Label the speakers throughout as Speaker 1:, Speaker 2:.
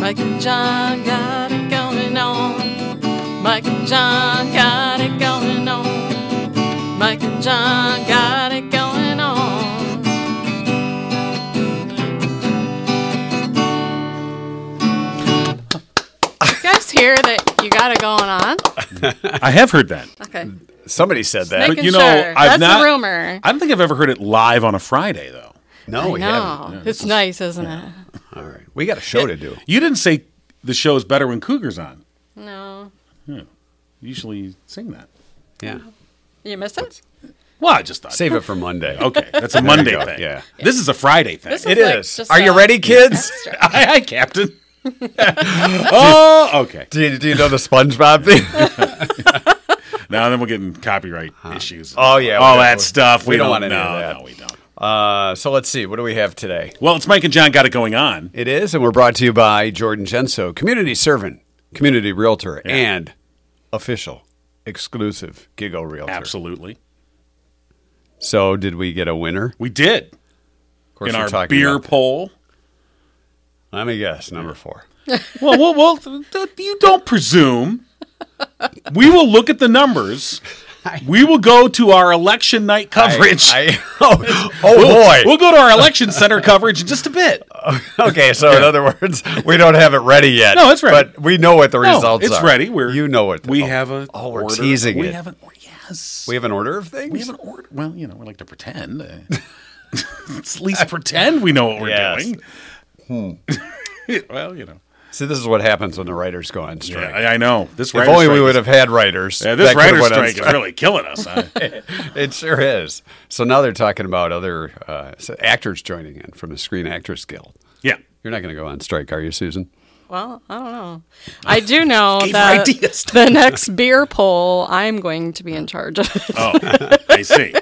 Speaker 1: Mike and John got it going on. Mike and John got it going on. Mike and John got it going on. You guys hear that you got it going on?
Speaker 2: I have heard that.
Speaker 1: Okay.
Speaker 3: Somebody said that.
Speaker 1: Making
Speaker 2: Uh, you know,
Speaker 1: sure.
Speaker 2: I've
Speaker 1: That's
Speaker 2: not-
Speaker 1: a rumor.
Speaker 2: I don't think I've ever heard it live on a Friday though.
Speaker 3: no,
Speaker 2: Oh,
Speaker 3: we
Speaker 1: no,
Speaker 3: haven't.
Speaker 1: it's nice, isn't
Speaker 3: All right, we got a show to do.
Speaker 2: You didn't say the show is better when Cougar's on.
Speaker 1: it? No.
Speaker 2: You usually sing that.
Speaker 3: Yeah,
Speaker 1: You missed it?
Speaker 2: Well, I just thought.
Speaker 3: save it for Monday.
Speaker 2: okay, that's a
Speaker 3: you
Speaker 2: Monday
Speaker 3: go,
Speaker 2: thing.
Speaker 3: yeah.
Speaker 2: This is a Friday thing.
Speaker 1: This
Speaker 3: It
Speaker 1: It's like
Speaker 3: is.
Speaker 1: just
Speaker 3: Are you
Speaker 1: a-
Speaker 3: ready, kids?
Speaker 1: Extra.
Speaker 2: Aye, aye, Captain. oh, okay.
Speaker 3: Do you, do you know the SpongeBob thing?
Speaker 2: Now then, we're getting copyright issues.
Speaker 3: Oh, yeah,
Speaker 2: all
Speaker 3: we-
Speaker 2: that stuff. We,
Speaker 3: we don't
Speaker 2: don't,
Speaker 3: want any
Speaker 2: know.
Speaker 3: of that.
Speaker 2: No, we don't.
Speaker 3: uh, so let's see. What do we have today?
Speaker 2: Well, it's Mike and John got it going on.
Speaker 3: It is, and we're brought to you by Jordan Genso, community servant, community realtor, and official exclusive Gigo Realtor.
Speaker 2: Absolutely,
Speaker 3: So, did we get a winner?
Speaker 2: we did
Speaker 3: Of course,
Speaker 2: in
Speaker 3: we're
Speaker 2: our
Speaker 3: talking
Speaker 2: beer
Speaker 3: about-
Speaker 2: poll.
Speaker 3: Let me guess, number four.
Speaker 2: Well, well, well. th- th- you don't presume. We will look at the numbers. We will go to our election night coverage.
Speaker 3: I, oh, oh boy.
Speaker 2: We'll go to our election center coverage in just a bit.
Speaker 3: Okay, so in other words, we don't have it ready yet.
Speaker 2: No, it's ready.
Speaker 3: But we know what the
Speaker 2: No,
Speaker 3: results
Speaker 2: it's
Speaker 3: are.
Speaker 2: ready. We're
Speaker 3: you know what
Speaker 2: we
Speaker 3: oh,
Speaker 2: have a
Speaker 3: oh we're
Speaker 2: order.
Speaker 3: teasing
Speaker 2: we
Speaker 3: it.
Speaker 2: have an order. Yes,
Speaker 3: we have an order of things.
Speaker 2: we have an order. Well, you know, we like to pretend. Uh, Let's at least pretend we know what we're
Speaker 3: Yes.
Speaker 2: doing. well, you know,
Speaker 3: See, this is what happens when the writers go on
Speaker 2: yeah,
Speaker 3: strike.
Speaker 2: I, I know this.
Speaker 3: if
Speaker 2: writer
Speaker 3: only we
Speaker 2: strike
Speaker 3: would
Speaker 2: is-
Speaker 3: have had writers.
Speaker 2: Yeah, this
Speaker 3: that could have
Speaker 2: writer
Speaker 3: went on
Speaker 2: strike is really killing us. huh?
Speaker 3: It sure is. So now they're talking about other uh, s- actors joining in from the Screen Actors Guild.
Speaker 2: yeah,
Speaker 3: You're not going to go on strike, are you, Susan?
Speaker 1: Well, I don't know. I do know
Speaker 2: Gave her
Speaker 1: that
Speaker 2: ideas.
Speaker 1: the next beer poll, I'm going to be in charge of. it.
Speaker 2: Oh, I see.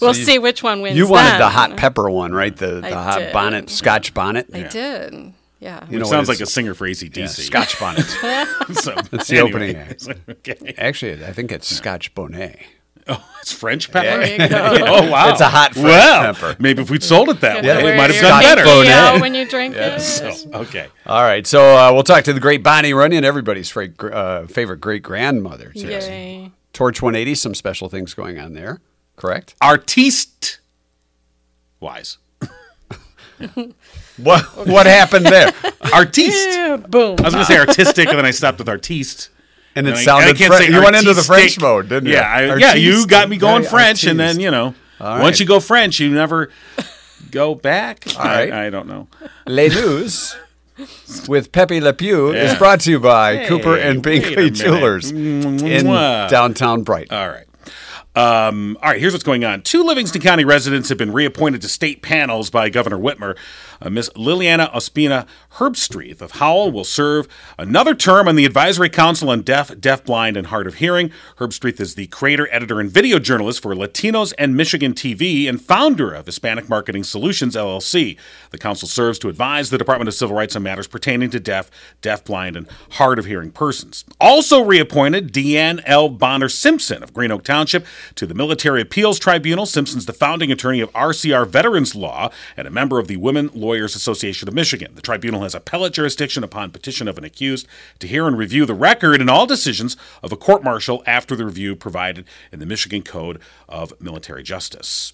Speaker 1: we'll see which one wins.
Speaker 3: You wanted the
Speaker 1: then.
Speaker 3: hot pepper one, right? The, the hot
Speaker 1: did.
Speaker 3: bonnet, Scotch bonnet.
Speaker 1: I did. Yeah.
Speaker 3: You know what
Speaker 2: Sounds like
Speaker 3: it's-
Speaker 2: a singer for ACDC.
Speaker 3: yeah, Scotch bonnet.
Speaker 2: so,
Speaker 3: That's the opening act.
Speaker 2: okay.
Speaker 3: Actually, I think it's Scotch bonnet.
Speaker 2: Oh, it's French pepper.
Speaker 1: There you go.
Speaker 2: Oh wow,
Speaker 3: It's a hot French
Speaker 2: Well,
Speaker 3: pepper.
Speaker 2: Maybe if we'd sold it that
Speaker 1: Gonna
Speaker 2: way,
Speaker 1: wear
Speaker 2: we might
Speaker 1: your
Speaker 2: have done
Speaker 3: Scotch
Speaker 2: better.
Speaker 3: bonnet.
Speaker 1: pinky out
Speaker 3: Bonnet.
Speaker 1: when you drink
Speaker 2: So,
Speaker 1: it.
Speaker 2: okay.
Speaker 3: All right, so uh, we'll talk to the great Bonnie Runyon, everybody's fra- gr- uh, favorite great grandmother today.
Speaker 1: Yay.
Speaker 3: Torch 180, some special things going on there, correct?
Speaker 2: Artiste wise.
Speaker 3: What, what happened there?
Speaker 2: Artiste.
Speaker 1: Yeah, boom.
Speaker 2: I was going to say artistic, and then I stopped with artiste.
Speaker 3: And it
Speaker 2: And I- I
Speaker 3: sounded
Speaker 2: can't
Speaker 3: French.
Speaker 2: say
Speaker 3: You went into the French
Speaker 2: artistic.
Speaker 3: mode, didn't you?
Speaker 2: Yeah, I, yeah. You
Speaker 3: Artiste.
Speaker 2: got me going
Speaker 3: Very
Speaker 2: French, and
Speaker 3: artiste.
Speaker 2: then you know,
Speaker 3: All
Speaker 2: once
Speaker 3: right.
Speaker 2: you go French, you never go back. I,
Speaker 3: right.
Speaker 2: I don't know.
Speaker 3: Les News with Pepe Le Pew
Speaker 2: Yeah.
Speaker 3: is brought to you by Cooper and
Speaker 2: wait a
Speaker 3: Binkley
Speaker 2: minute.
Speaker 3: Jewelers in
Speaker 2: Mwah.
Speaker 3: downtown Brighton.
Speaker 2: All right. Um, all right, here's what's going on. Two Livingston County residents have been reappointed to state panels by Governor Whitmer. Uh, Miss Liliana Ospina Herbstreith of Howell will serve another term on the Advisory Council on Deaf, Deafblind, and Hard of Hearing. Herbstreith is the creator, editor, and video journalist for Latinos and Michigan TV and founder of Hispanic Marketing Solutions, LLC. The council serves to advise the Department of Civil Rights on matters pertaining to deaf, deafblind, and hard of hearing persons. Also reappointed Deanne L. Bonner Simpson of Green Oak Township to the Military Appeals Tribunal. Simpson's the founding attorney of RCR Veterans Law and a member of the Women Lawyers Association of Michigan. The tribunal has appellate jurisdiction upon petition of an accused to hear and review the record and all decisions of a court martial after the review provided in the Michigan Code of Military Justice.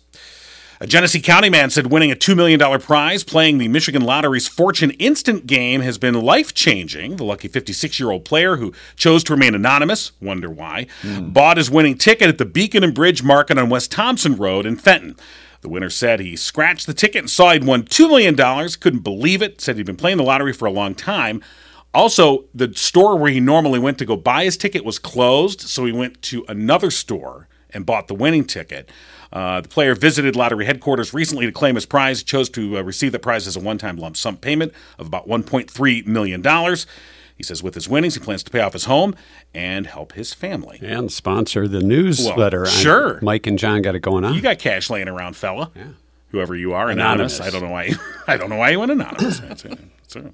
Speaker 2: A Genesee County man said winning a $2 million prize playing the Michigan Lottery's Fortune Instant game has been life changing. The lucky 56 year old player who chose to remain anonymous, wonder why, bought his winning ticket at the Beacon and Bridge Market on West Thompson Road in Fenton. The winner said he scratched the ticket and saw he'd won $2 million, couldn't believe it, said he'd been playing the lottery for a long time. Also, the store where he normally went to go buy his ticket was closed, so he went to another store and bought the winning ticket. Uh, the player visited lottery headquarters recently to claim his prize. He chose to uh, receive the prize as a one time lump sum payment of about $1.3 million. He says with his winnings, he plans to pay off his home and help his family.
Speaker 3: And sponsor the newsletter. on-
Speaker 2: sure.
Speaker 3: Mike and John got it going on.
Speaker 2: You got cash laying around, fella. Whoever you are, anonymous.
Speaker 3: Anonymous.
Speaker 2: I don't know why. I don't know why you went anonymous. That's it. So- All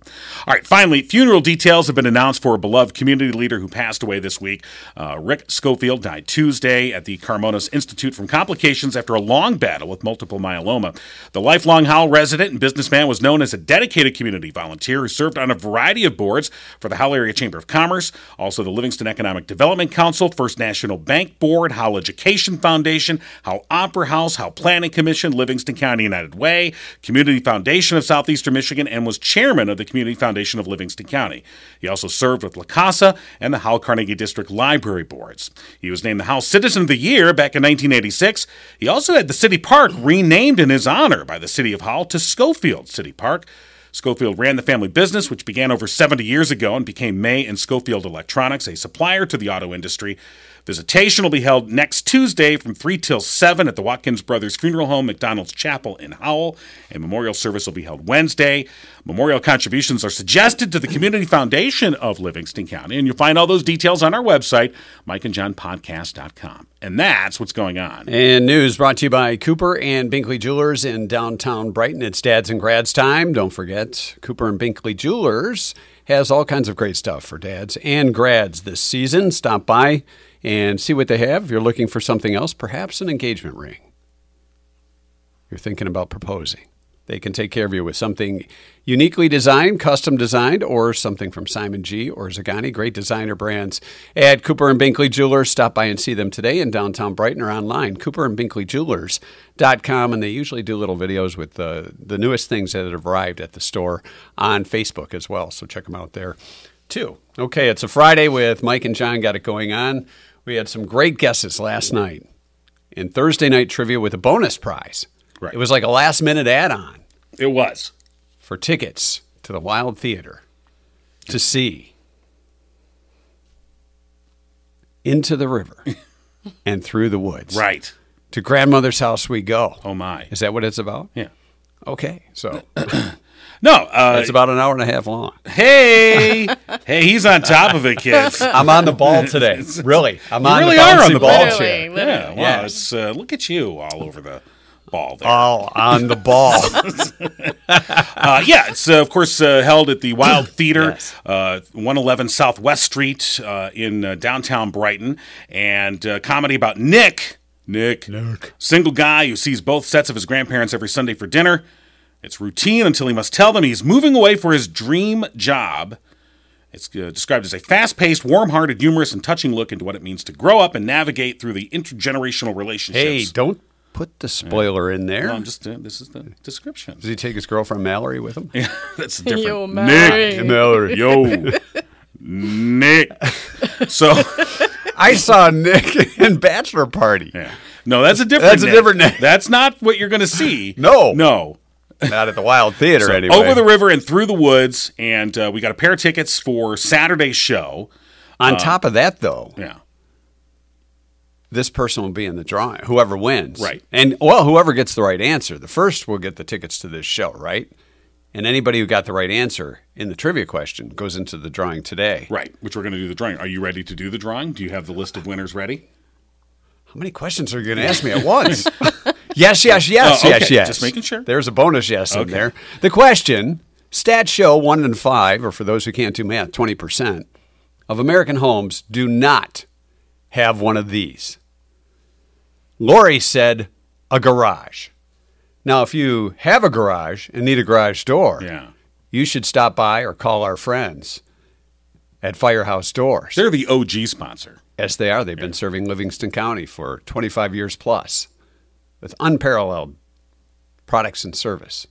Speaker 2: right, finally, funeral details have been announced for a beloved community leader who passed away this week. Uh, Rick Schofield died Tuesday at the Carmonas Institute from complications after a long battle with multiple myeloma. The lifelong Howell resident and businessman was known as a dedicated community volunteer who served on a variety of boards for the Howell Area Chamber of Commerce, also the Livingston Economic Development Council, First National Bank Board, Howell Education Foundation, Howell Opera House, Howell Planning Commission, Livingston County United Way, Community Foundation of Southeastern Michigan, and was chairman of the Community Foundation of Livingston County. He also served with La Casa and the Howell Carnegie District Library Boards. He was named the Howell Citizen of the Year back in 1986. He also had the city park renamed in his honor by the city of Howell to Schofield City Park. Schofield ran the family business, which began over 70 years ago and became May and Schofield Electronics, a supplier to the auto industry. Visitation will be held next Tuesday from 3 till 7 at the Watkins Brothers Funeral Home, McDonald's Chapel in Howell, and memorial service will be held Wednesday. Memorial contributions are suggested to the Community Foundation of Livingston County, and you'll find all those details on our website, mikeandjohnpodcast.com. And that's what's going on.
Speaker 3: And news brought to you by Cooper and Binkley Jewelers in downtown Brighton. It's dads and grads time. Don't forget, Cooper and Binkley Jewelers has all kinds of great stuff for dads and grads this season. Stop by and see what they have. If you're looking for something else, perhaps an engagement ring. You're thinking about proposing. They can take care of you with something uniquely designed, custom designed, or something from Simon G or Zagani, great designer brands. At Cooper and Binkley Jewelers, stop by and see them today in downtown Brighton or online, cooperandbinkleyjewelers.com. And they usually do little videos with uh, the newest things that have arrived at the store on Facebook as well. So check them out there too. Okay, it's a Friday with Mike and John got it going on. We had some great guesses last night in Thursday night trivia with a bonus prize.
Speaker 2: Right.
Speaker 3: It was like a last minute add on
Speaker 2: It was.
Speaker 3: for tickets to the Wild Theater to see Into the River and Through the Woods.
Speaker 2: Right.
Speaker 3: To Grandmother's House we go.
Speaker 2: Oh, my.
Speaker 3: Is that what it's about?
Speaker 2: Yeah.
Speaker 3: Okay. So
Speaker 2: No. Uh,
Speaker 3: it's about an hour and a half long.
Speaker 2: hey. hey, he's on top of it, kids.
Speaker 3: I'm on the ball today. Really. I'm
Speaker 2: You
Speaker 3: on
Speaker 2: really
Speaker 3: the
Speaker 2: are
Speaker 3: bouncy
Speaker 2: on the
Speaker 3: ball
Speaker 2: ball
Speaker 3: chair.
Speaker 1: Literally.
Speaker 2: Yeah, wow.
Speaker 3: Yeah.
Speaker 2: It's, uh, look at you all over the ball there.
Speaker 3: Oh, on the ball.
Speaker 2: Uh, yeah, it's uh, of course uh, held at the Wild Theater,
Speaker 3: Yes.
Speaker 2: uh, 111 Southwest Street uh, in uh, downtown Brighton, and uh, comedy about Nick, Nick, Nick, single guy who sees both sets of his grandparents every Sunday for dinner. It's routine until he must tell them he's moving away for his dream job. It's uh, described as a fast paced, warm hearted, humorous, and touching look into what it means to grow up and navigate through the intergenerational
Speaker 3: hey,
Speaker 2: relationships.
Speaker 3: don't put the spoiler in there.
Speaker 2: No, I'm just, uh, this is the description.
Speaker 3: Does he take his girlfriend Mallory with him?
Speaker 2: That's a different.
Speaker 1: Yo, Mallory.
Speaker 2: Nick.
Speaker 3: Mallory.
Speaker 2: Yo, Nick. So,
Speaker 3: I saw Nick in Bachelor Party.
Speaker 2: yeah. no, that's a different.
Speaker 3: That's a different Nick.
Speaker 2: That's not what you're going to see.
Speaker 3: No.
Speaker 2: no.
Speaker 3: Not at the Wild Theater anyway.
Speaker 2: Over the river and through the woods, and uh, we got a pair of tickets for Saturday's show.
Speaker 3: On top of that, though,
Speaker 2: Yeah,
Speaker 3: this person will be in the drawing. Whoever wins,
Speaker 2: Right.
Speaker 3: And well, whoever gets the right answer, the first will get the tickets to this show, right? And anybody who got the right answer in the trivia question goes into the drawing today.
Speaker 2: right. Which we're going to do the drawing. Are you ready to do the drawing? Do you have the list of winners ready?
Speaker 3: How many questions are you going to ask me at once? yes, yes, yes,
Speaker 2: Oh, okay.
Speaker 3: yes, yes.
Speaker 2: Just making sure.
Speaker 3: There's a bonus yes in
Speaker 2: Okay.
Speaker 3: there. The question stats show one in five, or for those who can't do math, 20% of American homes do not have one of these. Lori said a garage. Now, if you have a garage and need a garage door,
Speaker 2: Yeah.
Speaker 3: you should stop by or call our friends at Firehouse Doors.
Speaker 2: They're the OG sponsor.
Speaker 3: Yes, they are. They've been serving Livingston County for 25 years plus with unparalleled products and service.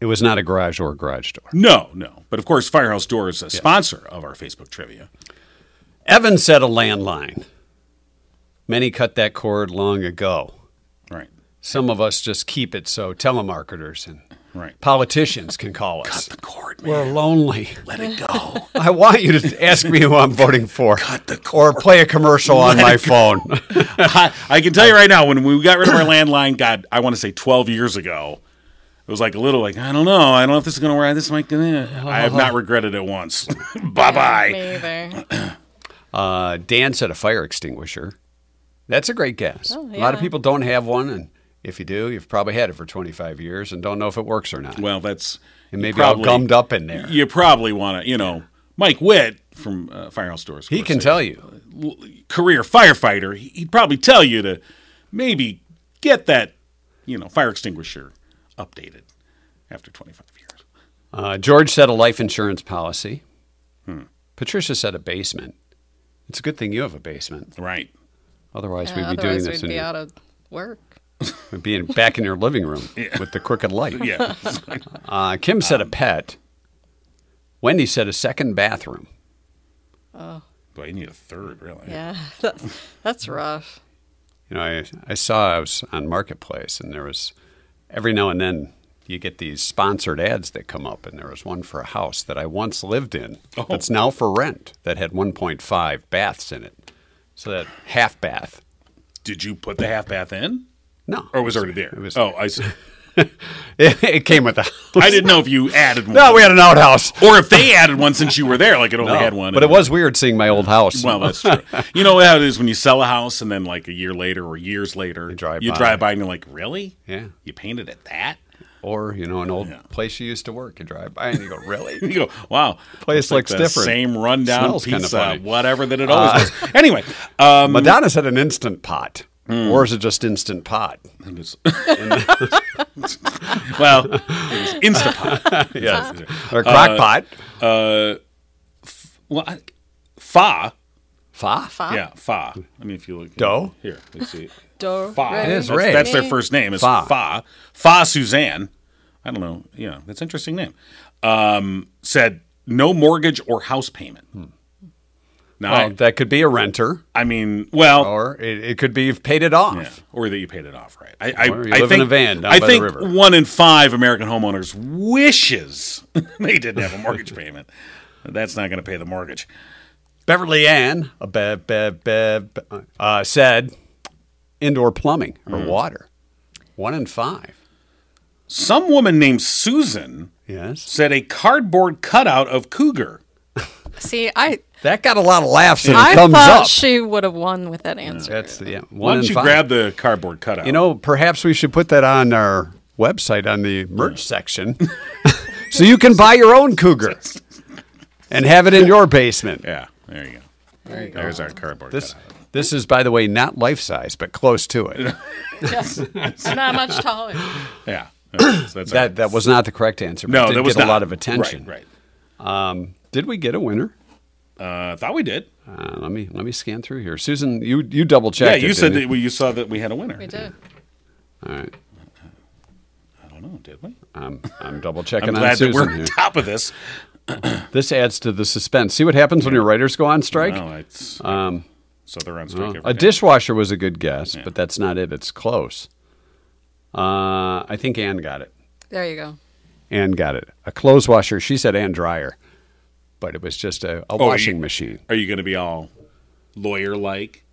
Speaker 3: It was not a garage or a garage door.
Speaker 2: No, no. But of course, Firehouse Door is a sponsor of our Facebook trivia.
Speaker 3: Evan said a landline. Many cut that cord long ago.
Speaker 2: Right,
Speaker 3: Some of us just keep it so telemarketers and
Speaker 2: right.
Speaker 3: politicians can call us.
Speaker 2: The cord, man.
Speaker 3: We're lonely.
Speaker 2: Let it go.
Speaker 3: I want you to ask me who I'm voting for. Cut the cord. Or play a commercial on my phone.
Speaker 2: I, I can tell
Speaker 3: Oh.
Speaker 2: you right now, when we got rid of our landline, God, I want to say 12 years ago, it was like a little like, I don't know. I don't know if this is going to work. This might, eh. I have not regretted it once. bye bye.
Speaker 1: Me either.
Speaker 3: Uh, Dan said a fire extinguisher. That's a great guess.
Speaker 1: Oh,
Speaker 3: A lot
Speaker 1: yeah.
Speaker 3: of people don't have one, and If you do, you've probably had it for 25 years and don't know if it works or not.
Speaker 2: Well, that's
Speaker 3: And maybe all gummed up in there.
Speaker 2: You probably want to, you know, Mike Witt from uh, Firehouse Doors.
Speaker 3: he can tell you.
Speaker 2: career firefighter. he- He'd probably tell you to maybe get that, you know, fire extinguisher updated after 25 years.
Speaker 3: Uh, George said a life insurance policy.
Speaker 2: Hmm.
Speaker 3: Patricia said a basement. It's a good thing you have a basement.
Speaker 2: Right.
Speaker 3: Otherwise,
Speaker 1: Yeah,
Speaker 3: we'd be doing
Speaker 1: otherwise,
Speaker 3: this
Speaker 1: we'd
Speaker 3: in
Speaker 1: be
Speaker 3: your,
Speaker 1: out of work.
Speaker 3: we'd be in, back in your living room with the crooked light.
Speaker 2: Yeah.
Speaker 3: Uh, Kim said a pet. Wendy said a second bathroom.
Speaker 2: Boy, you need a third, really.
Speaker 1: Yeah, that's, that's rough.
Speaker 3: You know, I, I saw I was on Marketplace, and there was every now and then you get these sponsored ads that come up, and there was one for a house that I once lived in
Speaker 2: Oh.
Speaker 3: that's now for rent that had 1.5 baths in it. So that half bath.
Speaker 2: Did you put the half bath in?
Speaker 3: No.
Speaker 2: Or was it already there?
Speaker 3: It was-
Speaker 2: oh, I see.
Speaker 3: It, it came with the house.
Speaker 2: I didn't know if you added one.
Speaker 3: No, we had an outhouse.
Speaker 2: or if they added one since you were there, like it only
Speaker 3: No,
Speaker 2: had one.
Speaker 3: But it was weird seeing my old house.
Speaker 2: Well, that's true. You know how it is when you sell a house and then like a year later or years later, you
Speaker 3: drive
Speaker 2: you
Speaker 3: by.
Speaker 2: drive by and you're like, really?
Speaker 3: Yeah.
Speaker 2: You painted it that?
Speaker 3: or, you know, an old
Speaker 2: Yeah.
Speaker 3: place you used to work. You drive by and you go, really?
Speaker 2: You go, wow.
Speaker 3: Place
Speaker 2: looks
Speaker 3: looks
Speaker 2: the
Speaker 3: different.
Speaker 2: Same rundown
Speaker 3: Smells kinda
Speaker 2: pizza,
Speaker 3: funny. Uh,
Speaker 2: whatever that it always was. Anyway, um,
Speaker 3: Madonna's had an instant pot.
Speaker 2: Hmm.
Speaker 3: Or is it just instant pot?
Speaker 2: I think it's- well, it was Instapot.
Speaker 3: Yes.
Speaker 2: Uh,
Speaker 3: Or crock pot.
Speaker 2: well, I, fa.
Speaker 3: Fa?
Speaker 1: Fa?
Speaker 2: Yeah, fa. I mean, if you look
Speaker 3: Dough?
Speaker 2: here, let's see.
Speaker 1: Do,
Speaker 2: Fa.
Speaker 1: re,
Speaker 3: It is
Speaker 2: that's,
Speaker 3: right.
Speaker 2: that's their first name. It's
Speaker 3: Fa.
Speaker 2: Fa. Fa. Fa Suzanne. I don't know. Yeah, that's an interesting name. Um, said no mortgage or house payment. Now,
Speaker 3: Hmm. Well, oh, that could be a renter,
Speaker 2: I, I mean, well,
Speaker 3: or it, it could be you've paid it off.
Speaker 2: yeah, or that you paid it off, right? I, I,
Speaker 3: Or you
Speaker 2: I
Speaker 3: live in
Speaker 2: think
Speaker 3: a van down
Speaker 2: I
Speaker 3: by the
Speaker 2: think
Speaker 3: river.
Speaker 2: one in five American homeowners wishes they didn't have a mortgage payment. That's not going to pay the mortgage.
Speaker 3: Beverly Ann a be, be, be, be- uh, said indoor plumbing or
Speaker 2: Mm.
Speaker 3: water. One in five.
Speaker 2: Some woman named Susan
Speaker 3: Yes.
Speaker 2: said a cardboard cutout of cougar.
Speaker 1: See, I
Speaker 3: That got a lot of laughs and
Speaker 1: I
Speaker 3: thumbs
Speaker 1: thought
Speaker 3: up.
Speaker 1: she would have won with that answer.
Speaker 3: That's yeah. One
Speaker 2: Why don't
Speaker 3: in
Speaker 2: you
Speaker 3: five.
Speaker 2: grab the cardboard cutout?
Speaker 3: you know, perhaps we should put that on our website on the merch section, so you can buy your own cougar and have it in your basement.
Speaker 2: Yeah, there you go. There you go. There's our cardboard.
Speaker 3: This
Speaker 2: cutout.
Speaker 3: this is, by the way, not life size, but close to it.
Speaker 1: I'm not much taller.
Speaker 2: Yeah. Okay, so that's
Speaker 3: That that was not the correct answer. But
Speaker 2: no,
Speaker 3: did
Speaker 2: that was
Speaker 3: get
Speaker 2: not-
Speaker 3: a lot of attention.
Speaker 2: Right.
Speaker 3: Um, did we get a winner?
Speaker 2: right. Uh, I thought we did.
Speaker 3: Uh, let me let me scan through here. Susan, you you double
Speaker 2: Yeah,
Speaker 3: checked.
Speaker 2: you said that we, you saw that we had a winner.
Speaker 1: We do.
Speaker 3: All right,
Speaker 2: I don't know, did we?
Speaker 3: I'm I'm double
Speaker 2: I'm
Speaker 3: checking on
Speaker 2: glad that
Speaker 3: Susan
Speaker 2: we're
Speaker 3: here.
Speaker 2: on top of this.
Speaker 3: This adds to the suspense. See what happens when your writers go on strike.
Speaker 2: No, it's um, so they're on strike. every
Speaker 3: a
Speaker 2: day.
Speaker 3: dishwasher was a good guess, but that's not it. It's close. Uh, I think Anne got it.
Speaker 1: There you go.
Speaker 3: Anne got it. A clothes washer. She said and dryer, but it was just a, a washing
Speaker 2: Oh, you-
Speaker 3: machine.
Speaker 2: Are you going to be all lawyer like?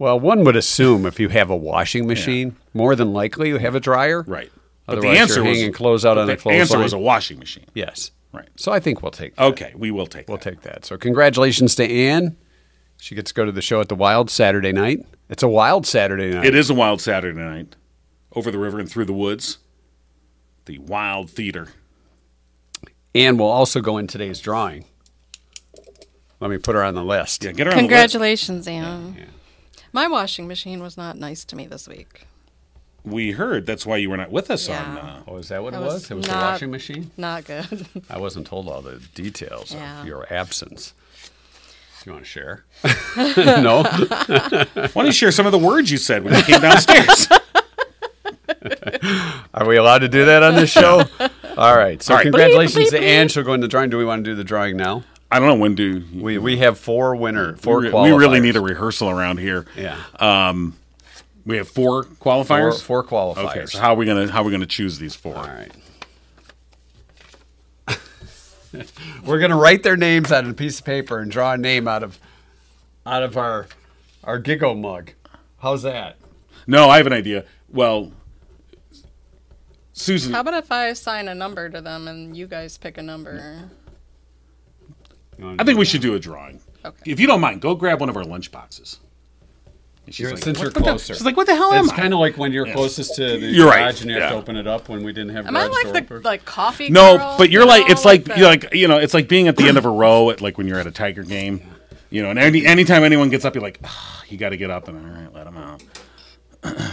Speaker 3: Well, one would assume if you have a washing machine, more than likely you have a dryer.
Speaker 2: Right.
Speaker 3: Otherwise, you're hanging clothes out
Speaker 2: but
Speaker 3: on
Speaker 2: the
Speaker 3: a clothesline.
Speaker 2: answer was a washing machine.
Speaker 3: Yes.
Speaker 2: Right. Oh.
Speaker 3: So I think we'll take that.
Speaker 2: Okay, we will take.
Speaker 3: We'll
Speaker 2: that.
Speaker 3: take that. So congratulations to Anne. She gets to go to the show at the Wild Saturday night. It's a wild Saturday night.
Speaker 2: It is a wild Saturday night, over the river and through the woods, the Wild Theater.
Speaker 3: Anne will also go in today's drawing. Let me put her on the list.
Speaker 2: Yeah, get her on the list.
Speaker 1: Congratulations, Anne. My washing machine was not nice to me this week.
Speaker 2: We heard that's why you were not with us
Speaker 1: Yeah.
Speaker 2: on. Uh,
Speaker 3: Oh, is that what
Speaker 1: That
Speaker 3: it
Speaker 1: was
Speaker 3: was? It was the
Speaker 1: not-
Speaker 3: washing machine?
Speaker 1: Not good.
Speaker 3: I wasn't told all the details
Speaker 1: Yeah.
Speaker 3: of your absence. You want to share? no.
Speaker 2: uh, why don't you share some of the words you said when you came downstairs?
Speaker 3: Are we allowed to do that on this show? all right. So
Speaker 2: All right.
Speaker 3: congratulations
Speaker 1: Bleep, bleep,
Speaker 3: to Anne. She'll go in the drawing. Do we want to do the drawing now?
Speaker 2: I don't know when do we,
Speaker 3: We we have four winner four
Speaker 2: re- we
Speaker 3: qualifiers.
Speaker 2: really need a rehearsal around here.
Speaker 3: yeah
Speaker 2: We have four
Speaker 3: four,
Speaker 2: qualifiers.
Speaker 3: four qualifiers.
Speaker 2: Okay, so how are we gonna how are we gonna choose these four?
Speaker 3: All right. We're gonna write their names on a piece of paper and draw a name out of out of our our giggle mug. How's that?
Speaker 2: No, I have an idea. Well, Susan,
Speaker 1: How about if I assign a number to them and you guys pick a
Speaker 2: Mm.
Speaker 1: number?
Speaker 2: I think we should do a drawing.
Speaker 1: Okay.
Speaker 2: If you don't mind, go grab one of our lunch boxes. And
Speaker 3: You're-
Speaker 2: like,
Speaker 3: since
Speaker 2: "What
Speaker 3: you're
Speaker 2: the-
Speaker 3: closer.
Speaker 2: she's like, what the hell am
Speaker 3: It's
Speaker 2: I?
Speaker 3: kind of like when you're closest to the
Speaker 2: Um, You're right,
Speaker 3: garage and you have
Speaker 2: yeah.
Speaker 3: to open it up when we didn't have
Speaker 1: Am I
Speaker 3: garage door
Speaker 1: like the
Speaker 3: openers.
Speaker 1: like coffee?
Speaker 2: No,
Speaker 1: girl?
Speaker 2: but you're
Speaker 1: You
Speaker 2: like
Speaker 1: know,
Speaker 2: it's like
Speaker 1: the-
Speaker 2: you're like you know it's like being at the end of a row at like when you're at a Tiger game, you know. And any anytime anyone gets up, you're like, "Ah, you got to get up and all right, let them out.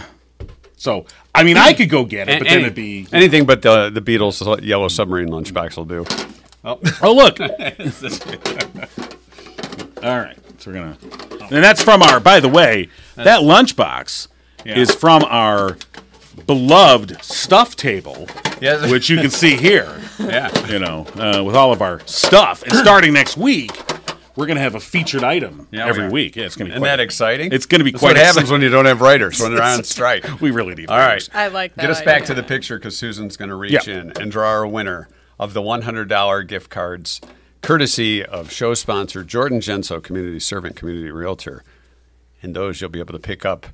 Speaker 2: so I mean, I could go get it, but then it'd be
Speaker 3: anything but the the Beatles Yellow Submarine lunchbox will do.
Speaker 2: oh look. all right, so we're gonna, and that's from our. By the way, that lunchbox
Speaker 3: Yeah.
Speaker 2: is from our beloved stuff table,
Speaker 3: Yes.
Speaker 2: which you can see here.
Speaker 3: Yeah.
Speaker 2: you know, uh, with all of our stuff. And starting next week, we're gonna have a featured item
Speaker 3: Yeah, we
Speaker 2: every
Speaker 3: are.
Speaker 2: week. Yeah, it's gonna be
Speaker 3: Isn't
Speaker 2: quite
Speaker 3: that exciting?
Speaker 2: It's gonna be
Speaker 3: That's
Speaker 2: quite
Speaker 3: what happens
Speaker 2: exciting.
Speaker 3: when you don't have writers when they're on strike.
Speaker 2: We really need.
Speaker 3: All right.
Speaker 1: I like that.
Speaker 3: Get us back to
Speaker 1: idea.
Speaker 3: the picture because Susan's going to reach
Speaker 2: Yeah.
Speaker 3: in and draw our winner of the $100 gift cards, courtesy of show sponsor Jordan Genso, community servant, community realtor. And those you'll be able to pick up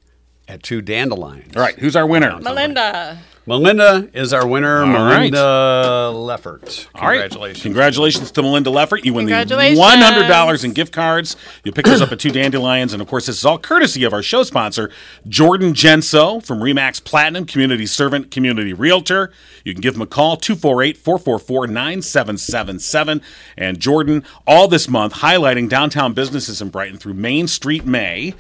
Speaker 3: at two dandelions.
Speaker 2: All right. Who's our winner?
Speaker 1: Melinda.
Speaker 3: Melinda is our winner.
Speaker 2: right.
Speaker 3: Melinda Leffert.
Speaker 2: All right.
Speaker 3: Congratulations.
Speaker 2: Congratulations to Melinda Leffert. You win the
Speaker 1: Congratulations.
Speaker 2: one hundred dollars in gift cards. You pick those up at two dandelions, and of course, this is all courtesy of our show sponsor, Jordan Genso from Remax Platinum, community servant, community realtor. You can give him a call 248-444-9777. And Jordan, all this month, highlighting downtown businesses in Brighton through Main Street May.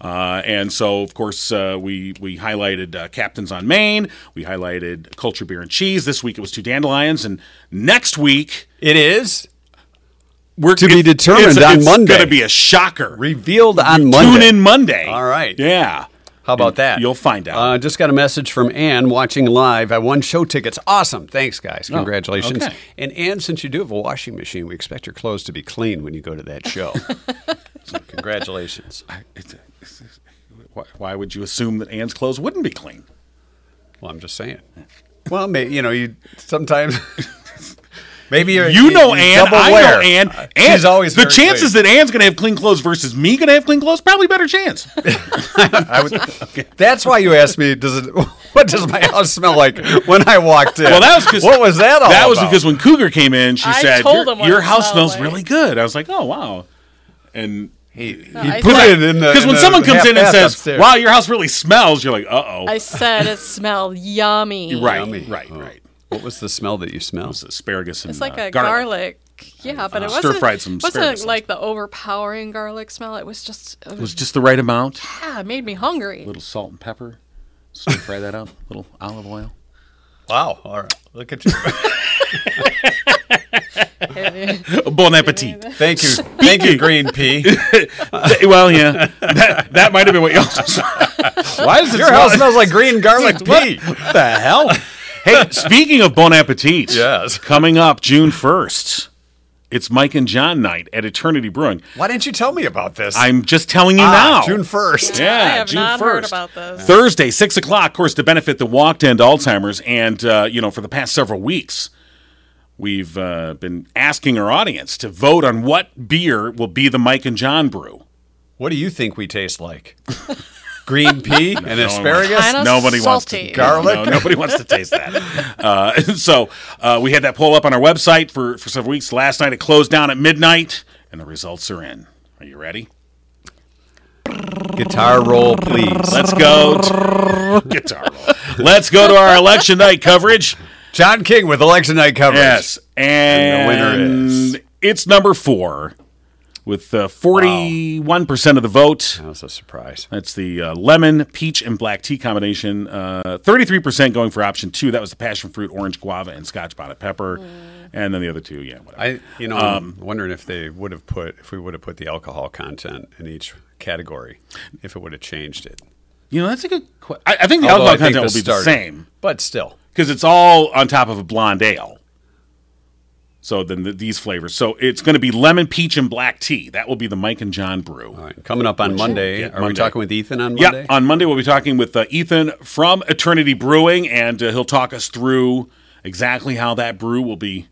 Speaker 2: Uh, and so, of course, uh, we we highlighted uh, Captains on Maine. We highlighted Culture Beer and Cheese. This week it was Two Dandelions, and next week
Speaker 3: It is
Speaker 2: we're
Speaker 3: To be determined on Monday.
Speaker 2: It's going to be a shocker.
Speaker 3: revealed on Monday.
Speaker 2: Tune in Monday.
Speaker 3: All right.
Speaker 2: Yeah.
Speaker 3: How about that?
Speaker 2: You'll find out.
Speaker 3: Uh, just got a message from Ann watching live. I won show tickets. Awesome. Thanks, guys. Congratulations.
Speaker 2: Oh, okay.
Speaker 3: And Ann, since you do have a washing machine, we expect your clothes to be clean when you go to that show. so congratulations.
Speaker 2: It's- it's- it's- why, why would you assume that Anne's clothes wouldn't be clean?
Speaker 3: Well, I'm just saying. Well, may, you know, you sometimes. Maybe you're,
Speaker 2: You know Anne.
Speaker 3: double
Speaker 2: I
Speaker 3: wear.
Speaker 2: know Anne.
Speaker 3: Uh,
Speaker 2: Anne
Speaker 3: she's always
Speaker 2: the
Speaker 3: very
Speaker 2: chances
Speaker 3: clean.
Speaker 2: that Anne's going to have clean clothes versus me going to have clean clothes probably better chance.
Speaker 3: I would, That's why you asked me. Does it? What does my house smell like when I walked in?
Speaker 2: Well, that was 'cause-
Speaker 3: what was that all?
Speaker 2: That was
Speaker 3: about?
Speaker 2: because when Cougar came in, she
Speaker 1: I
Speaker 2: said,
Speaker 1: told
Speaker 2: "Your-
Speaker 1: him what
Speaker 2: "Your
Speaker 1: it
Speaker 2: house
Speaker 1: smelled
Speaker 2: smells
Speaker 1: like."
Speaker 2: really good." I was like, "Oh wow!" And
Speaker 3: he,
Speaker 1: No, I
Speaker 3: he put
Speaker 1: said-
Speaker 3: it in the
Speaker 2: because
Speaker 3: in
Speaker 2: when
Speaker 3: the
Speaker 2: someone comes in and
Speaker 3: half-bath
Speaker 2: says,
Speaker 3: upstairs.
Speaker 2: "Wow, your house really smells," you're like, "Uh oh."
Speaker 1: I said it smelled yummy.
Speaker 2: Right,
Speaker 3: Yummy.
Speaker 2: right,
Speaker 3: Oh.
Speaker 2: right.
Speaker 3: What was the smell that you smelled?
Speaker 2: Asparagus and
Speaker 1: It's like
Speaker 2: uh,
Speaker 1: a garlic. Yeah, but it wasn't
Speaker 2: stir-fried some asparagus
Speaker 1: wasn't
Speaker 2: sauce.
Speaker 1: like the overpowering garlic smell. It was just it
Speaker 2: It
Speaker 1: was,
Speaker 2: was just the right amount.
Speaker 1: yeah, it made me hungry.
Speaker 2: little salt and pepper. Stir fry that up. little olive oil.
Speaker 3: Wow. All right. Look at you.
Speaker 2: Bon appetit. Uh,
Speaker 3: Thank you. Thank you, Green Pea.
Speaker 2: well, yeah, that, that might have been what y'all saw.
Speaker 3: Why does it Your house smells like green garlic pea. What the hell?
Speaker 2: Hey, speaking of Bon Appetit,
Speaker 3: Yes.
Speaker 2: coming up June first, it's Mike and John night at Eternity Brewing.
Speaker 3: Why didn't you tell me about this?
Speaker 2: I'm just telling you
Speaker 3: Ah,
Speaker 2: now.
Speaker 3: June 1st.
Speaker 2: Yeah,
Speaker 1: I have
Speaker 2: June
Speaker 1: not
Speaker 2: 1st.
Speaker 1: heard about this.
Speaker 2: Thursday, six o'clock, of course, to benefit the walk to end Alzheimer's. And, uh, you know, for the past several weeks, we've uh, been asking our audience to vote on what beer will be the Mike and John brew.
Speaker 3: What do you think we taste like? Green pea and asparagus?
Speaker 1: Kinda
Speaker 2: Nobody wants to
Speaker 1: salty.
Speaker 3: Garlic?
Speaker 2: No, nobody wants to taste that. Uh, so uh, we had that poll up on our website for, for several weeks. Last night it closed down at midnight, and the results are in. Are you ready?
Speaker 3: Guitar roll, please.
Speaker 2: Let's go. To, guitar roll. Let's go to our election night coverage.
Speaker 3: John King with election night coverage.
Speaker 2: Yes, and,
Speaker 3: the winner is-
Speaker 2: it's number four with uh, forty-one percent of the vote.
Speaker 3: That was a surprise.
Speaker 2: That's the uh, lemon, peach, and black tea combination. Uh, Thirty-three percent going for option two. That was the passion fruit, orange guava, and Scotch bonnet pepper, and then the other two. Yeah, whatever.
Speaker 3: I, you know, I'm wondering if they would have put, if we would have put the alcohol content in each category, if it would have changed it.
Speaker 2: you know, that's a good. Qu- I, I think the
Speaker 3: Although I
Speaker 2: alcohol content
Speaker 3: think
Speaker 2: will
Speaker 3: this
Speaker 2: be the
Speaker 3: started.
Speaker 2: same
Speaker 3: But still.
Speaker 2: because it's all on top of a blonde ale. So then the, these flavors. So it's going to be lemon, peach, and black tea. That will be the Mike and John brew.
Speaker 3: All right. Coming up on Monday,
Speaker 2: Yeah,
Speaker 3: are we
Speaker 2: Monday.
Speaker 3: talking with Ethan on
Speaker 2: Yeah,
Speaker 3: Monday?
Speaker 2: on Monday we'll be talking with uh, Ethan from Eternity Brewing, and uh, he'll talk us through exactly how that brew will be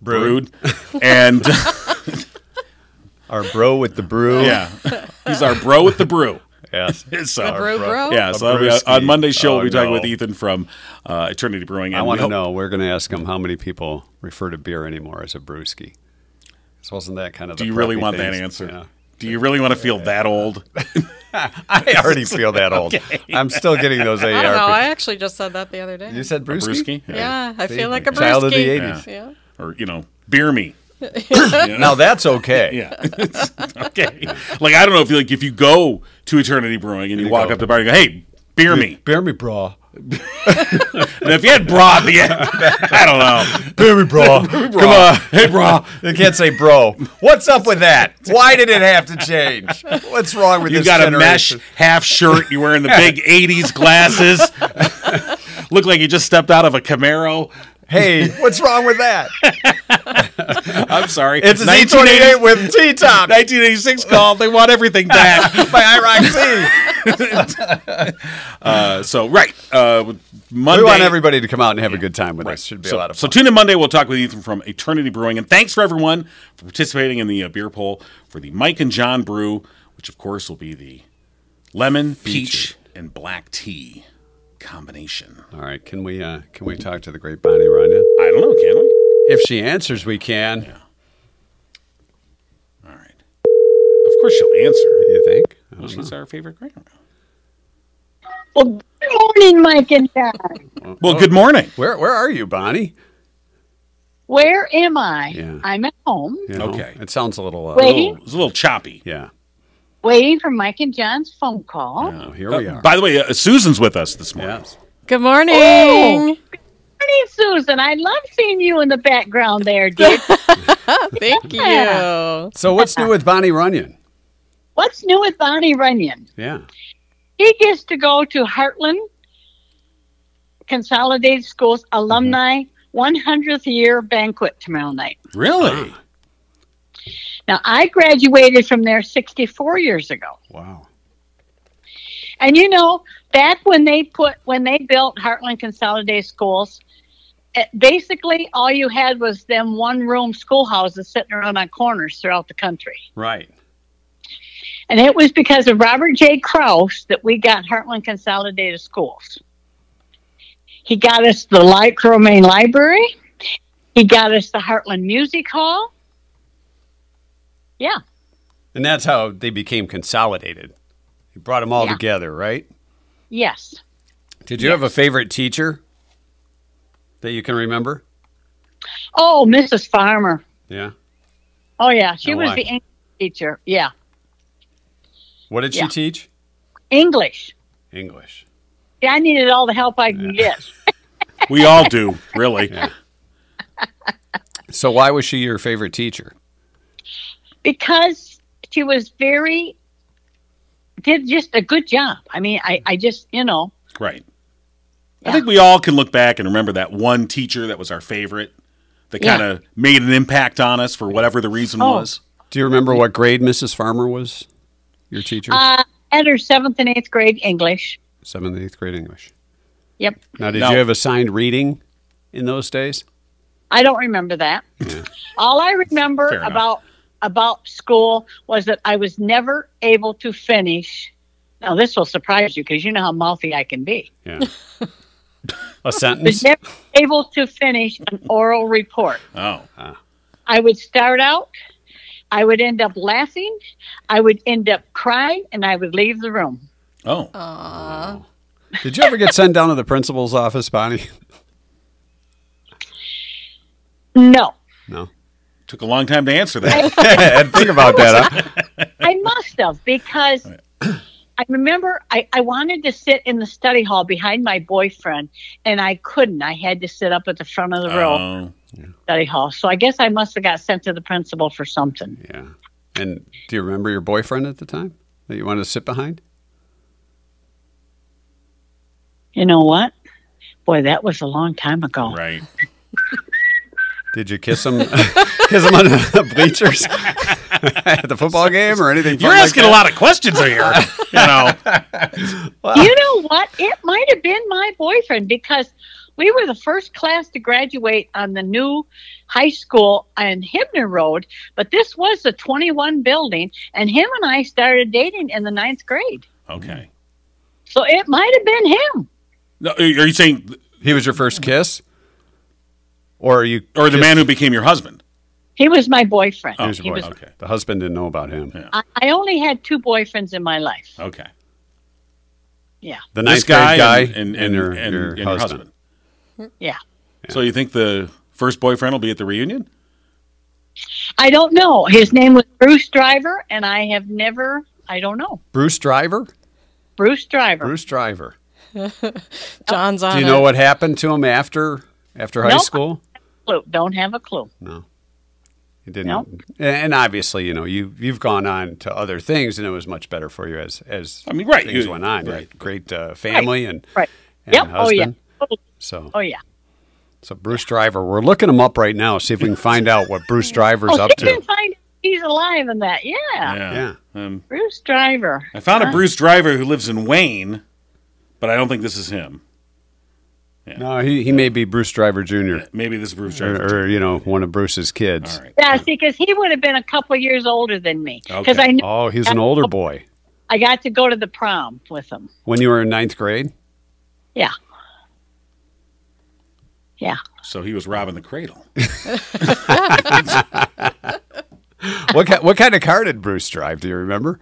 Speaker 2: brewed. and
Speaker 3: Our bro with the brew.
Speaker 2: yeah, he's our bro with the brew.
Speaker 3: Yes.
Speaker 2: So,
Speaker 1: Brew, bro.
Speaker 2: yeah,
Speaker 3: A
Speaker 2: so that'll be, uh,
Speaker 3: brewski.
Speaker 2: on Monday's show
Speaker 3: Oh,
Speaker 2: we'll be talking
Speaker 3: no.
Speaker 2: with Ethan from uh, Eternity Brewing. And
Speaker 3: I
Speaker 2: we
Speaker 3: want to
Speaker 2: hope-
Speaker 3: know. We're going to ask him how many people refer to beer anymore as a brewski. This wasn't that kind of.
Speaker 2: Do you really want that answer? Do you really want to feel that old?
Speaker 3: I already feel that old. I'm still getting those AARP.
Speaker 2: I
Speaker 1: I don't know. I actually just said that the other day.
Speaker 3: you said
Speaker 2: Brewski?
Speaker 3: brewski?
Speaker 1: yeah, I
Speaker 3: See,
Speaker 1: feel like a
Speaker 3: child of the
Speaker 1: brewski.
Speaker 3: 80s.
Speaker 1: Yeah.
Speaker 2: Or, you know, beer me.
Speaker 3: Now that's okay.
Speaker 2: Yeah. okay. Like, I don't know if you, like, if you go to Eternity Brewing and you, walk
Speaker 3: go.
Speaker 2: up to the bar and you go, hey, beer me.
Speaker 3: Bear me bra.
Speaker 2: And if you had bra at the end, I don't know.
Speaker 3: Bear me bra. Come on.
Speaker 2: Hey, bra.
Speaker 3: They can't say bro. What's up with that? Why did it have to change? What's wrong with
Speaker 2: You
Speaker 3: this
Speaker 2: got a mesh
Speaker 3: generation?
Speaker 2: half shirt. You're wearing the big 80s glasses. Look like you just stepped out of a Camaro.
Speaker 3: Hey, what's wrong with that?
Speaker 2: I'm sorry.
Speaker 3: It's a
Speaker 2: 1980
Speaker 3: Z28 with T-top
Speaker 2: 1986 call. They want everything back.
Speaker 3: by IROC.
Speaker 2: Uh, so, right. Uh, Monday.
Speaker 3: We want everybody to come out and have a good time with us. Should be
Speaker 2: so,
Speaker 3: a lot of
Speaker 2: so
Speaker 3: fun.
Speaker 2: tune in Monday. We'll talk with Ethan from Eternity Brewing, and thanks for everyone for participating in the uh, beer poll for the Mike and John Brew, which of course will be the lemon, peach, and black tea combination.
Speaker 3: All right, can we uh, can we talk to the great Bonnie Ryan?
Speaker 2: I don't know, can we?
Speaker 3: If she answers, we can.
Speaker 2: All right. Of course, she'll answer.
Speaker 3: You think? I don't
Speaker 2: She's our favorite grandma.
Speaker 4: Well, good morning, Mike and John.
Speaker 2: Well, good morning.
Speaker 3: Where where are you, Bonnie?
Speaker 4: Where am I?
Speaker 3: Yeah.
Speaker 4: I'm at home
Speaker 3: You know,
Speaker 2: Okay.
Speaker 3: It sounds a little. Uh,
Speaker 2: A
Speaker 4: Wait.
Speaker 2: little, it was a little choppy.
Speaker 3: Yeah.
Speaker 4: waiting for Mike and John's phone call.
Speaker 3: Oh, here we
Speaker 2: Uh,
Speaker 3: are.
Speaker 2: by the way, uh, Susan's with us this morning.
Speaker 3: Yes.
Speaker 1: Good morning. Oh,
Speaker 4: Morning, Susan. I love seeing you in the background there, dear.
Speaker 1: Thank you.
Speaker 3: So what's new with Bonnie Runyon?
Speaker 4: What's new with Bonnie Runyon?
Speaker 3: Yeah.
Speaker 4: He gets to go to Heartland Consolidated Schools Alumni
Speaker 3: Mm-hmm.
Speaker 4: 100th Year Banquet tomorrow night.
Speaker 2: Really?
Speaker 4: Now, I graduated from there 64 years ago.
Speaker 3: Wow.
Speaker 4: And you know, back when they put when they built Heartland Consolidated Schools, eh, basically all you had was them one-room schoolhouses sitting around on corners throughout the country.
Speaker 3: Right.
Speaker 4: And it was because of Robert J. Krause that we got Heartland Consolidated Schools. He got us the Light Romaine Library. He got us the Heartland Music Hall. Yeah.
Speaker 3: And that's how they became consolidated. You brought them all
Speaker 4: Yeah.
Speaker 3: together, right?
Speaker 4: Yes.
Speaker 3: Did you have a favorite teacher that you can remember?
Speaker 4: Oh, Mrs. Farmer.
Speaker 3: Yeah.
Speaker 4: Oh, yeah. She
Speaker 3: Now
Speaker 4: was
Speaker 3: why?
Speaker 4: the English teacher. Yeah.
Speaker 3: What did
Speaker 4: Yeah.
Speaker 3: she teach?
Speaker 4: English.
Speaker 3: English.
Speaker 4: Yeah, I needed all the help I could get.
Speaker 2: We all do, really.
Speaker 3: So why was she your favorite teacher?
Speaker 4: because she was very did just a good job. I mean, I, I just you know
Speaker 2: Right. I think we all can look back and remember that one teacher that was our favorite that
Speaker 4: Yeah.
Speaker 2: kind of made an impact on us for whatever the reason
Speaker 4: Oh.
Speaker 2: was.
Speaker 3: Do you remember what grade Mrs. Farmer was? Your teacher?
Speaker 4: uh, at her seventh and eighth grade English.
Speaker 3: Seventh, eighth grade English.
Speaker 4: Yep,
Speaker 3: Now, did
Speaker 2: No.
Speaker 3: you have assigned reading in those days?
Speaker 4: I don't remember that. all I remember
Speaker 2: Fair enough.
Speaker 4: about about school was that I was never able to finish. Now this will surprise you because you know how mouthy I can be.
Speaker 3: Yeah. A
Speaker 4: I was
Speaker 3: sentence?
Speaker 4: never able to finish an oral report.
Speaker 2: Oh,
Speaker 4: I would start out, I would end up laughing, I would end up crying, and I would leave the room.
Speaker 2: oh,
Speaker 3: Did you ever get sent down to the principal's office, Bonnie?
Speaker 4: No,
Speaker 3: No.
Speaker 2: took a long time to answer that.
Speaker 3: Think about that. Huh?
Speaker 4: I must have because I remember I, I wanted to sit in the study hall behind my boyfriend, and I couldn't. I had to sit up at the front of the row
Speaker 2: Oh.
Speaker 4: study hall. So I guess I must have got sent to the principal for something.
Speaker 3: Yeah. And do you remember your boyfriend at the time that you wanted to sit behind?
Speaker 4: You know what? Boy, that was a long time ago.
Speaker 2: Oh, right.
Speaker 3: Did you kiss him? kiss him under the bleachers at the football game or anything?
Speaker 2: You're asking a lot of questions here. you know,
Speaker 4: You know what? It might have been my boyfriend because we were the first class to graduate on the new high school on Hibner Road, but this was the 21 building, and him and I started dating in the ninth grade.
Speaker 2: okay.
Speaker 4: So it might have been him.
Speaker 2: No, are you saying,
Speaker 3: He was your first kiss, or are you
Speaker 2: or the man who became your husband?
Speaker 4: He was my boyfriend.
Speaker 3: He was your
Speaker 4: He was-
Speaker 3: boyfriend.
Speaker 2: okay.
Speaker 3: The husband didn't know about him.
Speaker 2: Yeah.
Speaker 4: I, I only had two boyfriends in my life.
Speaker 2: Okay.
Speaker 4: Yeah,
Speaker 3: The ninth
Speaker 2: This guy,
Speaker 3: grade guy
Speaker 2: and, and, and,
Speaker 3: your,
Speaker 2: and, and
Speaker 3: your husband.
Speaker 4: yeah.
Speaker 2: So you think the first boyfriend will be at the reunion?
Speaker 4: I don't know. His name was Bruce Driver, and I have never. I don't know.
Speaker 3: Bruce Driver.
Speaker 4: Bruce Driver.
Speaker 3: Bruce Driver.
Speaker 1: John's on.
Speaker 3: Do you
Speaker 1: it.
Speaker 3: know what happened to him after after high
Speaker 4: Nope.
Speaker 3: school?
Speaker 4: Clue. Don't have a clue.
Speaker 3: It didn't.
Speaker 4: Nope.
Speaker 3: And obviously, you know, you you've gone on to other things, and it was much better for you as as
Speaker 2: I mean, right,
Speaker 3: things
Speaker 2: you-
Speaker 3: went on. You had
Speaker 2: right.
Speaker 3: great uh, family and
Speaker 4: Right.
Speaker 3: and
Speaker 4: yep. Oh yeah.
Speaker 3: husband.
Speaker 4: Oh,
Speaker 3: So
Speaker 4: oh, yeah.
Speaker 3: so Bruce Driver, we're looking him up right now, see if we can find out what Bruce Driver's
Speaker 4: Oh,
Speaker 3: up
Speaker 4: they
Speaker 3: to.
Speaker 4: can find he's alive in that. Yeah.
Speaker 2: Yeah. Um,
Speaker 4: Bruce Driver.
Speaker 2: I found a Bruce Driver who lives in Wayne, but I don't think this is him.
Speaker 3: No, he he may be Bruce Driver Jr.
Speaker 2: Maybe this is Bruce Driver.
Speaker 3: or, or you know one of Bruce's kids.
Speaker 2: All right.
Speaker 4: Yeah, see, because he would have been a couple years older than me. Because
Speaker 2: Okay.
Speaker 4: I knew
Speaker 3: Oh, he's an older boy.
Speaker 4: I got to go to the prom with him.
Speaker 3: When you were in ninth grade,
Speaker 4: Yeah. Yeah.
Speaker 2: So he was robbing the cradle.
Speaker 3: what ki- what kind of car did Bruce drive? Do you remember?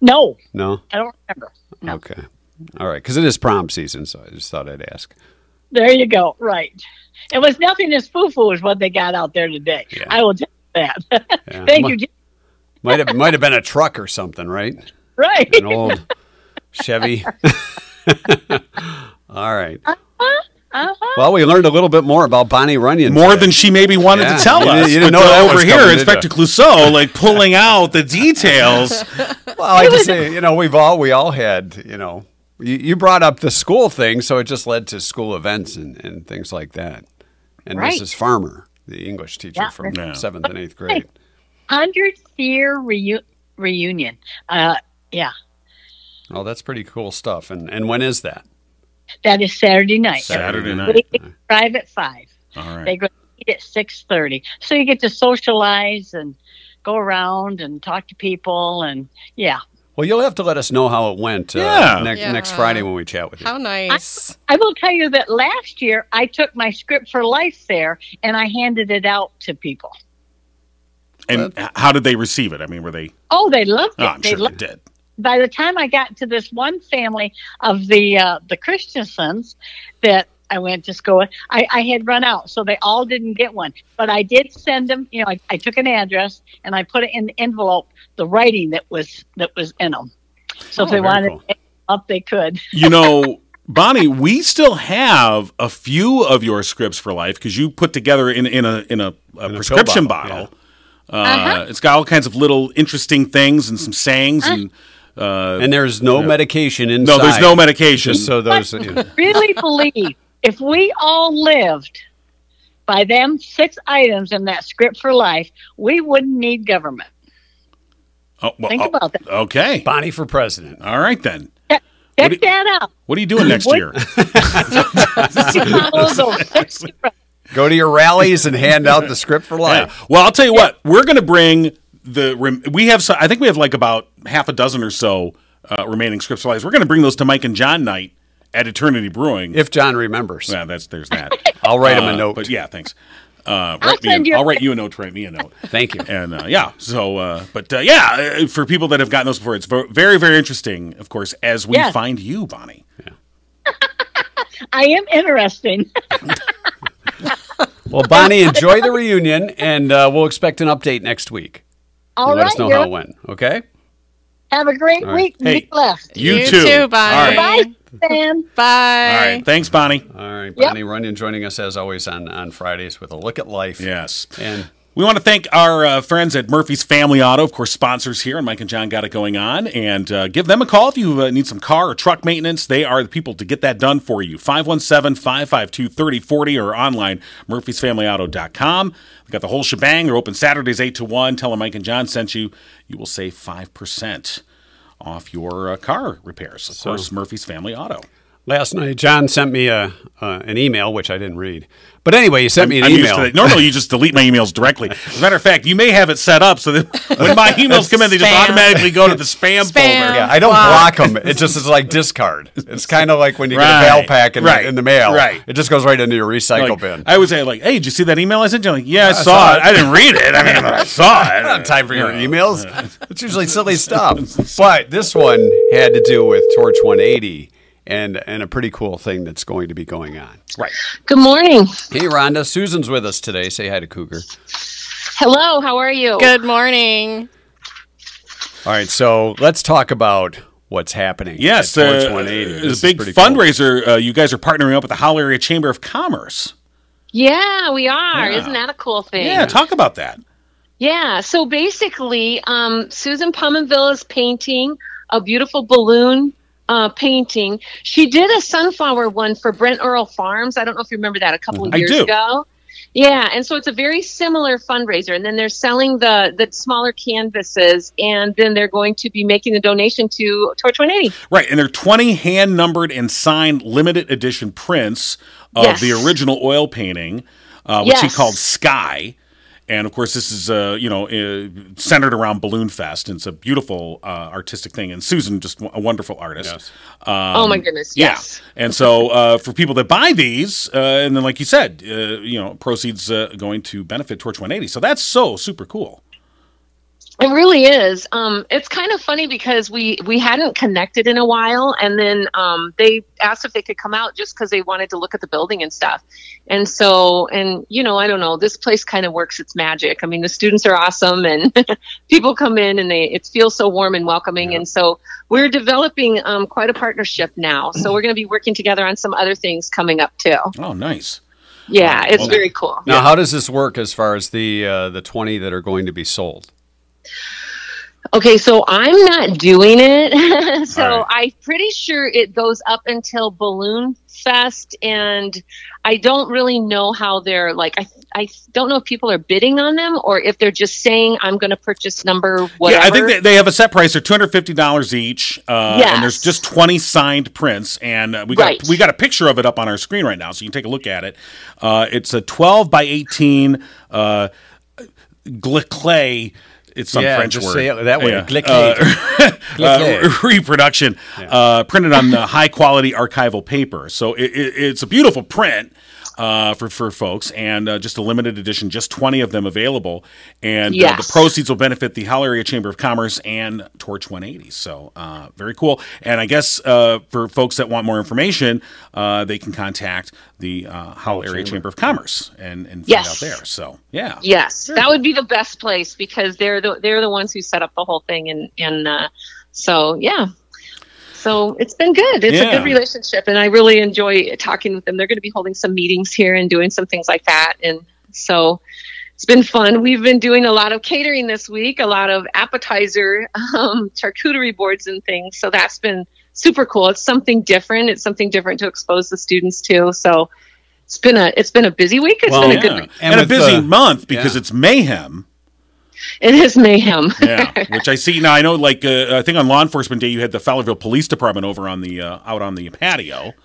Speaker 4: No,
Speaker 3: No.
Speaker 4: I don't remember. No.
Speaker 3: Okay. All right, because it is prom season, so I just thought I'd ask.
Speaker 4: There you go. Right. It was nothing as foo foo as what they got out there today. I will tell you that.
Speaker 3: Yeah.
Speaker 4: Thank
Speaker 3: Mi-
Speaker 4: you. Jim.
Speaker 3: Might have might have been a truck or something, right?
Speaker 4: Right.
Speaker 3: An old Chevy. All right.
Speaker 4: Uh-huh.
Speaker 3: Well, we learned a little bit more about Bonnie Runyon.
Speaker 2: More
Speaker 3: today.
Speaker 2: than she maybe wanted
Speaker 3: Yeah,
Speaker 2: to tell
Speaker 3: you didn't-
Speaker 2: us.
Speaker 3: you didn't know
Speaker 2: but
Speaker 3: that was
Speaker 2: over here,
Speaker 3: coming, did
Speaker 2: Inspector
Speaker 3: you?
Speaker 2: Clouseau, like pulling out the details.
Speaker 3: Well, I just say, you know, we've all we all had, you know, you, you brought up the school thing, so it just led to school events and, and things like that. And
Speaker 4: Right.
Speaker 3: Mrs. Farmer, the English teacher
Speaker 4: Yeah.
Speaker 3: from
Speaker 2: Yeah.
Speaker 3: seventh and eighth grade.
Speaker 4: Hundredth year reu- reunion. Uh, yeah.
Speaker 3: Oh, that's pretty cool stuff. And and when is that?
Speaker 4: That is Saturday night.
Speaker 2: Saturday
Speaker 4: They
Speaker 2: night.
Speaker 4: arrive at five.
Speaker 2: All
Speaker 4: They
Speaker 2: right.
Speaker 4: go eat at six thirty, so you get to socialize and go around and talk to people, and yeah,
Speaker 3: Well, you'll have to let us know how it went. uh,
Speaker 2: Yeah.
Speaker 3: next next
Speaker 1: Yeah.
Speaker 3: Friday when we chat with you.
Speaker 1: How nice.
Speaker 4: I will tell you that last year I took my script for life there and I handed it out to people.
Speaker 2: And h- how did they receive it? I mean, were they?
Speaker 4: Oh, they loved it.
Speaker 2: Oh, I'm
Speaker 4: they
Speaker 2: sure they
Speaker 4: loved
Speaker 2: did.
Speaker 4: by the time I got to this one family of the uh, the Christiansons that I went to school with, I, I had run out, so they all didn't get one. But I did send them. You know, I, I took an address and I put it in the envelope, the writing that was that was in them. So if
Speaker 3: Oh,
Speaker 4: they
Speaker 3: very
Speaker 4: wanted
Speaker 3: cool.
Speaker 4: to pick 'em up, they could.
Speaker 2: You know, Bonnie, we still have a few of your scripts for life because you put together in in a in a, a
Speaker 3: pill
Speaker 2: prescription
Speaker 3: bottle,
Speaker 2: bottle. Uh,
Speaker 4: Uh-huh.
Speaker 2: It's got all kinds of little interesting things and some sayings and uh,
Speaker 3: And there's no medication
Speaker 2: no,
Speaker 3: inside.
Speaker 2: there's no medication.
Speaker 3: Just so those. you know.
Speaker 4: Really believe if we all lived by them six items in that script for life, we wouldn't need government.
Speaker 2: Oh, well,
Speaker 4: Think
Speaker 2: oh,
Speaker 4: about that.
Speaker 2: Okay.
Speaker 3: Bonnie for president.
Speaker 2: All right then.
Speaker 4: Check
Speaker 2: do-
Speaker 4: that out.
Speaker 2: What are you doing next
Speaker 4: What-
Speaker 2: year?
Speaker 4: You follow those six
Speaker 3: Go to your rallies and hand out the script for life.
Speaker 2: Yeah. Well, I'll tell you what. We're going to bring the rem- we have. so- I think we have like about half a dozen or so uh, remaining scripts lives. We're going to bring those to Mike and John night at Eternity Brewing.
Speaker 3: If John remembers,
Speaker 2: yeah, that's there's that.
Speaker 3: I'll write him
Speaker 2: Uh,
Speaker 3: a note.
Speaker 2: But yeah, thanks. Uh,
Speaker 4: I'll
Speaker 2: write me
Speaker 4: send
Speaker 2: a,
Speaker 4: you-
Speaker 2: I'll write you a note. Write me a note.
Speaker 3: Thank you.
Speaker 2: And uh, yeah, so uh, but uh, yeah, uh, for people that have gotten those before, it's vo- very very interesting. Of course, as we
Speaker 4: Yes.
Speaker 2: find you, Bonnie.
Speaker 4: I am interesting.
Speaker 3: Well, Bonnie, enjoy the reunion, and uh, we'll expect an update next week.
Speaker 4: All
Speaker 3: let
Speaker 4: right.
Speaker 3: us know
Speaker 4: you're-
Speaker 3: how it went. Okay.
Speaker 4: Have a great
Speaker 3: right.
Speaker 4: week.
Speaker 2: Hey.
Speaker 4: Week left.
Speaker 2: You,
Speaker 1: too. Bonnie.
Speaker 2: All right.
Speaker 4: Bye, Sam.
Speaker 1: Bye.
Speaker 2: All right. Thanks, Bonnie.
Speaker 3: All right,
Speaker 4: Yep.
Speaker 3: Bonnie Runyon joining us as always on on Fridays with a look at life.
Speaker 2: Yes.
Speaker 3: And
Speaker 2: We want to thank our uh, friends at Murphy's Family Auto, of course, sponsors here, and Mike and John got it going on. And uh, give them a call if you uh, need some car or truck maintenance. They are the people to get that done for you. 517 552 3040 or online, murphysfamilyauto.com. They've got the whole shebang. They're open Saturdays 8 to 1. Tell them Mike and John sent you. You will save 5% off your uh, car repairs. Of course, Murphy's Family Auto.
Speaker 3: Last night, John sent me a uh, an email which I didn't read. But anyway, he sent me an
Speaker 2: I'm used
Speaker 3: email.
Speaker 2: to that. Normally, you just delete my emails directly. As a matter of fact, you may have it set up so that when my emails come in, they just
Speaker 1: Spam.
Speaker 2: automatically go to the spam,
Speaker 1: Spam.
Speaker 2: folder.
Speaker 1: Yeah.
Speaker 5: Yeah, I don't
Speaker 1: Block.
Speaker 5: block them. It just is like discard. It's kind of like when you
Speaker 2: Right,
Speaker 5: get a mail pack in,
Speaker 2: right,
Speaker 5: the, in the mail.
Speaker 2: right.
Speaker 5: It just goes right into your
Speaker 2: Like,
Speaker 5: recycle bin.
Speaker 2: I would say, like, hey, did you see that email I sent you? Like, yeah, I, saw, it. I didn't read it. I mean, I saw it.
Speaker 5: I don't have time for your emails. It's usually silly stuff. But this one had to do with Torch 180 and and a pretty cool thing that's going to be going on.
Speaker 2: Right.
Speaker 4: Good morning.
Speaker 3: Hey, Rhonda, Susan's with us today. Say hi to Cougar.
Speaker 4: Hello, how are you?
Speaker 1: Good morning.
Speaker 3: All right, so let's talk about what's happening.
Speaker 2: Yes,
Speaker 3: at Torch
Speaker 2: uh,
Speaker 3: 180. This
Speaker 2: it's
Speaker 3: is
Speaker 2: a big
Speaker 3: pretty cool.
Speaker 2: fundraiser. Uh, you guys are partnering up with the Howell Area Chamber of Commerce.
Speaker 4: Yeah, we are.
Speaker 2: Yeah.
Speaker 4: Isn't that a cool thing?
Speaker 2: Yeah, talk about that.
Speaker 4: Yeah, so basically, um, Susan Pominville is painting a beautiful balloon uh, painting. She did a sunflower one for Brent Earl Farms. I don't know if you remember that a couple of
Speaker 2: I
Speaker 4: years
Speaker 2: do.
Speaker 4: ago. Yeah, and so it's a very similar fundraiser. And then they're selling the, the smaller canvases, and then they're going to be making the donation to Torch 180.
Speaker 2: Right, and they're 20 hand numbered and signed limited edition prints of
Speaker 4: Yes.
Speaker 2: the original oil painting, uh, which he
Speaker 4: Yes.
Speaker 2: called Sky. And of course, this is uh, you know uh, centered around Balloon Fest, and it's a beautiful uh, artistic thing. And Susan, just a wonderful artist.
Speaker 3: Yes.
Speaker 2: Um,
Speaker 4: oh, my goodness.
Speaker 2: Yeah.
Speaker 4: Yes.
Speaker 2: And so uh, for people that buy these, uh, and then like you said, uh, you know, proceeds uh, going to benefit Torch 180. So that's so super cool.
Speaker 4: It really is. Um, it's kind of funny because we we hadn't connected in a while, and then um, they asked if they could come out just because they wanted to look at the building and stuff. And so, and you know, I don't know. This place kind of works its magic. I mean, the students are awesome, and people come in, and they it feels so warm and welcoming. And so, we're developing um, quite a partnership now. So we're going to be working together on some other things coming up too.
Speaker 2: Oh, nice.
Speaker 4: Yeah, it's
Speaker 2: Okay.
Speaker 4: very cool.
Speaker 3: Now, how does this work as far as the uh, the 20 that are going to be sold?
Speaker 4: Okay, so I'm not doing it. so
Speaker 2: All right.
Speaker 4: I'm pretty sure it goes up until Balloon Fest, and I don't really know how they're like. I I don't know if people are bidding on them or if they're just saying I'm going to purchase number whatever.
Speaker 2: Yeah, I think they, they have a set price. They're two hundred fifty dollars each, uh,
Speaker 4: Yes.
Speaker 2: and there's just twenty signed prints. And uh, we got
Speaker 4: Right.
Speaker 2: we got a picture of it up on our screen right now, so you can take a look at it. Uh, it's a twelve by eighteen uh, glaclé. It's some
Speaker 3: Yeah,
Speaker 2: French
Speaker 3: just
Speaker 2: word.
Speaker 3: say it that way, glaclé.
Speaker 2: uh,
Speaker 3: Glaclé.
Speaker 2: reproduction uh, printed on the high quality archival paper. So it, it, it's a beautiful print uh, for, for folks and uh, just a limited edition, just 20 of them available. And uh, the
Speaker 4: Yes.
Speaker 2: proceeds will benefit the Howell Area Chamber of Commerce and Torch 180. So uh, very cool. And I guess uh, for folks that want more information, uh, they can contact the uh, Howell Area Chamber. of Commerce and, and find
Speaker 4: Yes.
Speaker 2: out there. So yeah.
Speaker 4: yes, that would be the best place because they're the they're the ones who set up the whole thing, and and uh, so yeah. So it's been good. It's a
Speaker 2: Yeah.
Speaker 4: good relationship, and I really enjoy talking with them. They're going to be holding some meetings here and doing some things like that, and so it's been fun. We've been doing a lot of catering this week, a lot of appetizer um, charcuterie boards and things. So that's been super cool. It's something different. It's something different to expose the students to. So it's been a it's been a busy week. It's
Speaker 3: Well,
Speaker 4: been a
Speaker 2: Yeah.
Speaker 4: good
Speaker 2: And,
Speaker 4: week.
Speaker 3: And
Speaker 2: a
Speaker 3: with
Speaker 2: busy
Speaker 3: the-
Speaker 2: month because
Speaker 3: yeah.
Speaker 2: it's mayhem.
Speaker 4: It is mayhem.
Speaker 2: yeah, which I see now. I know, like uh, I think on Law Enforcement Day, you had the Fowlerville Police Department over on the uh, out on the patio.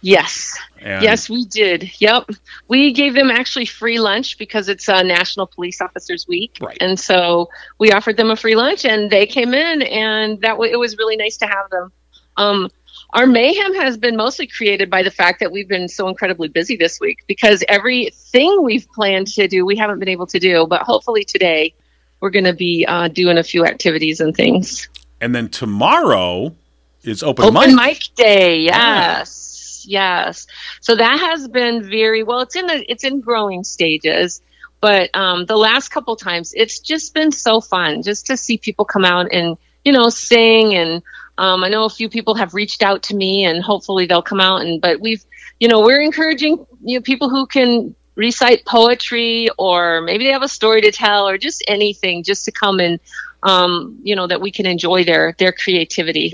Speaker 4: Yes.
Speaker 2: And
Speaker 4: yes, we did. Yep. We gave them actually free lunch because it's uh, National Police Officers Week.
Speaker 2: Right.
Speaker 4: And so we offered them a free lunch and they came in and that w- it was really nice to have them. Um, our mayhem has been mostly created by the fact that we've been so incredibly busy this week because everything we've planned to do, we haven't been able to do. But hopefully today we're going to be uh, doing a few activities and things.
Speaker 2: and then tomorrow is open, mic.
Speaker 4: Open mic day, yes, yes. So that has been very well. It's in the it's in growing stages, but um, the last couple times it's just been so fun just to see people come out and you know sing and um, I know a few people have reached out to me and hopefully they'll come out and but we've you know we're encouraging you know people who can recite poetry or maybe they have a story to tell or just anything just to come and um, you know that we can enjoy their their creativity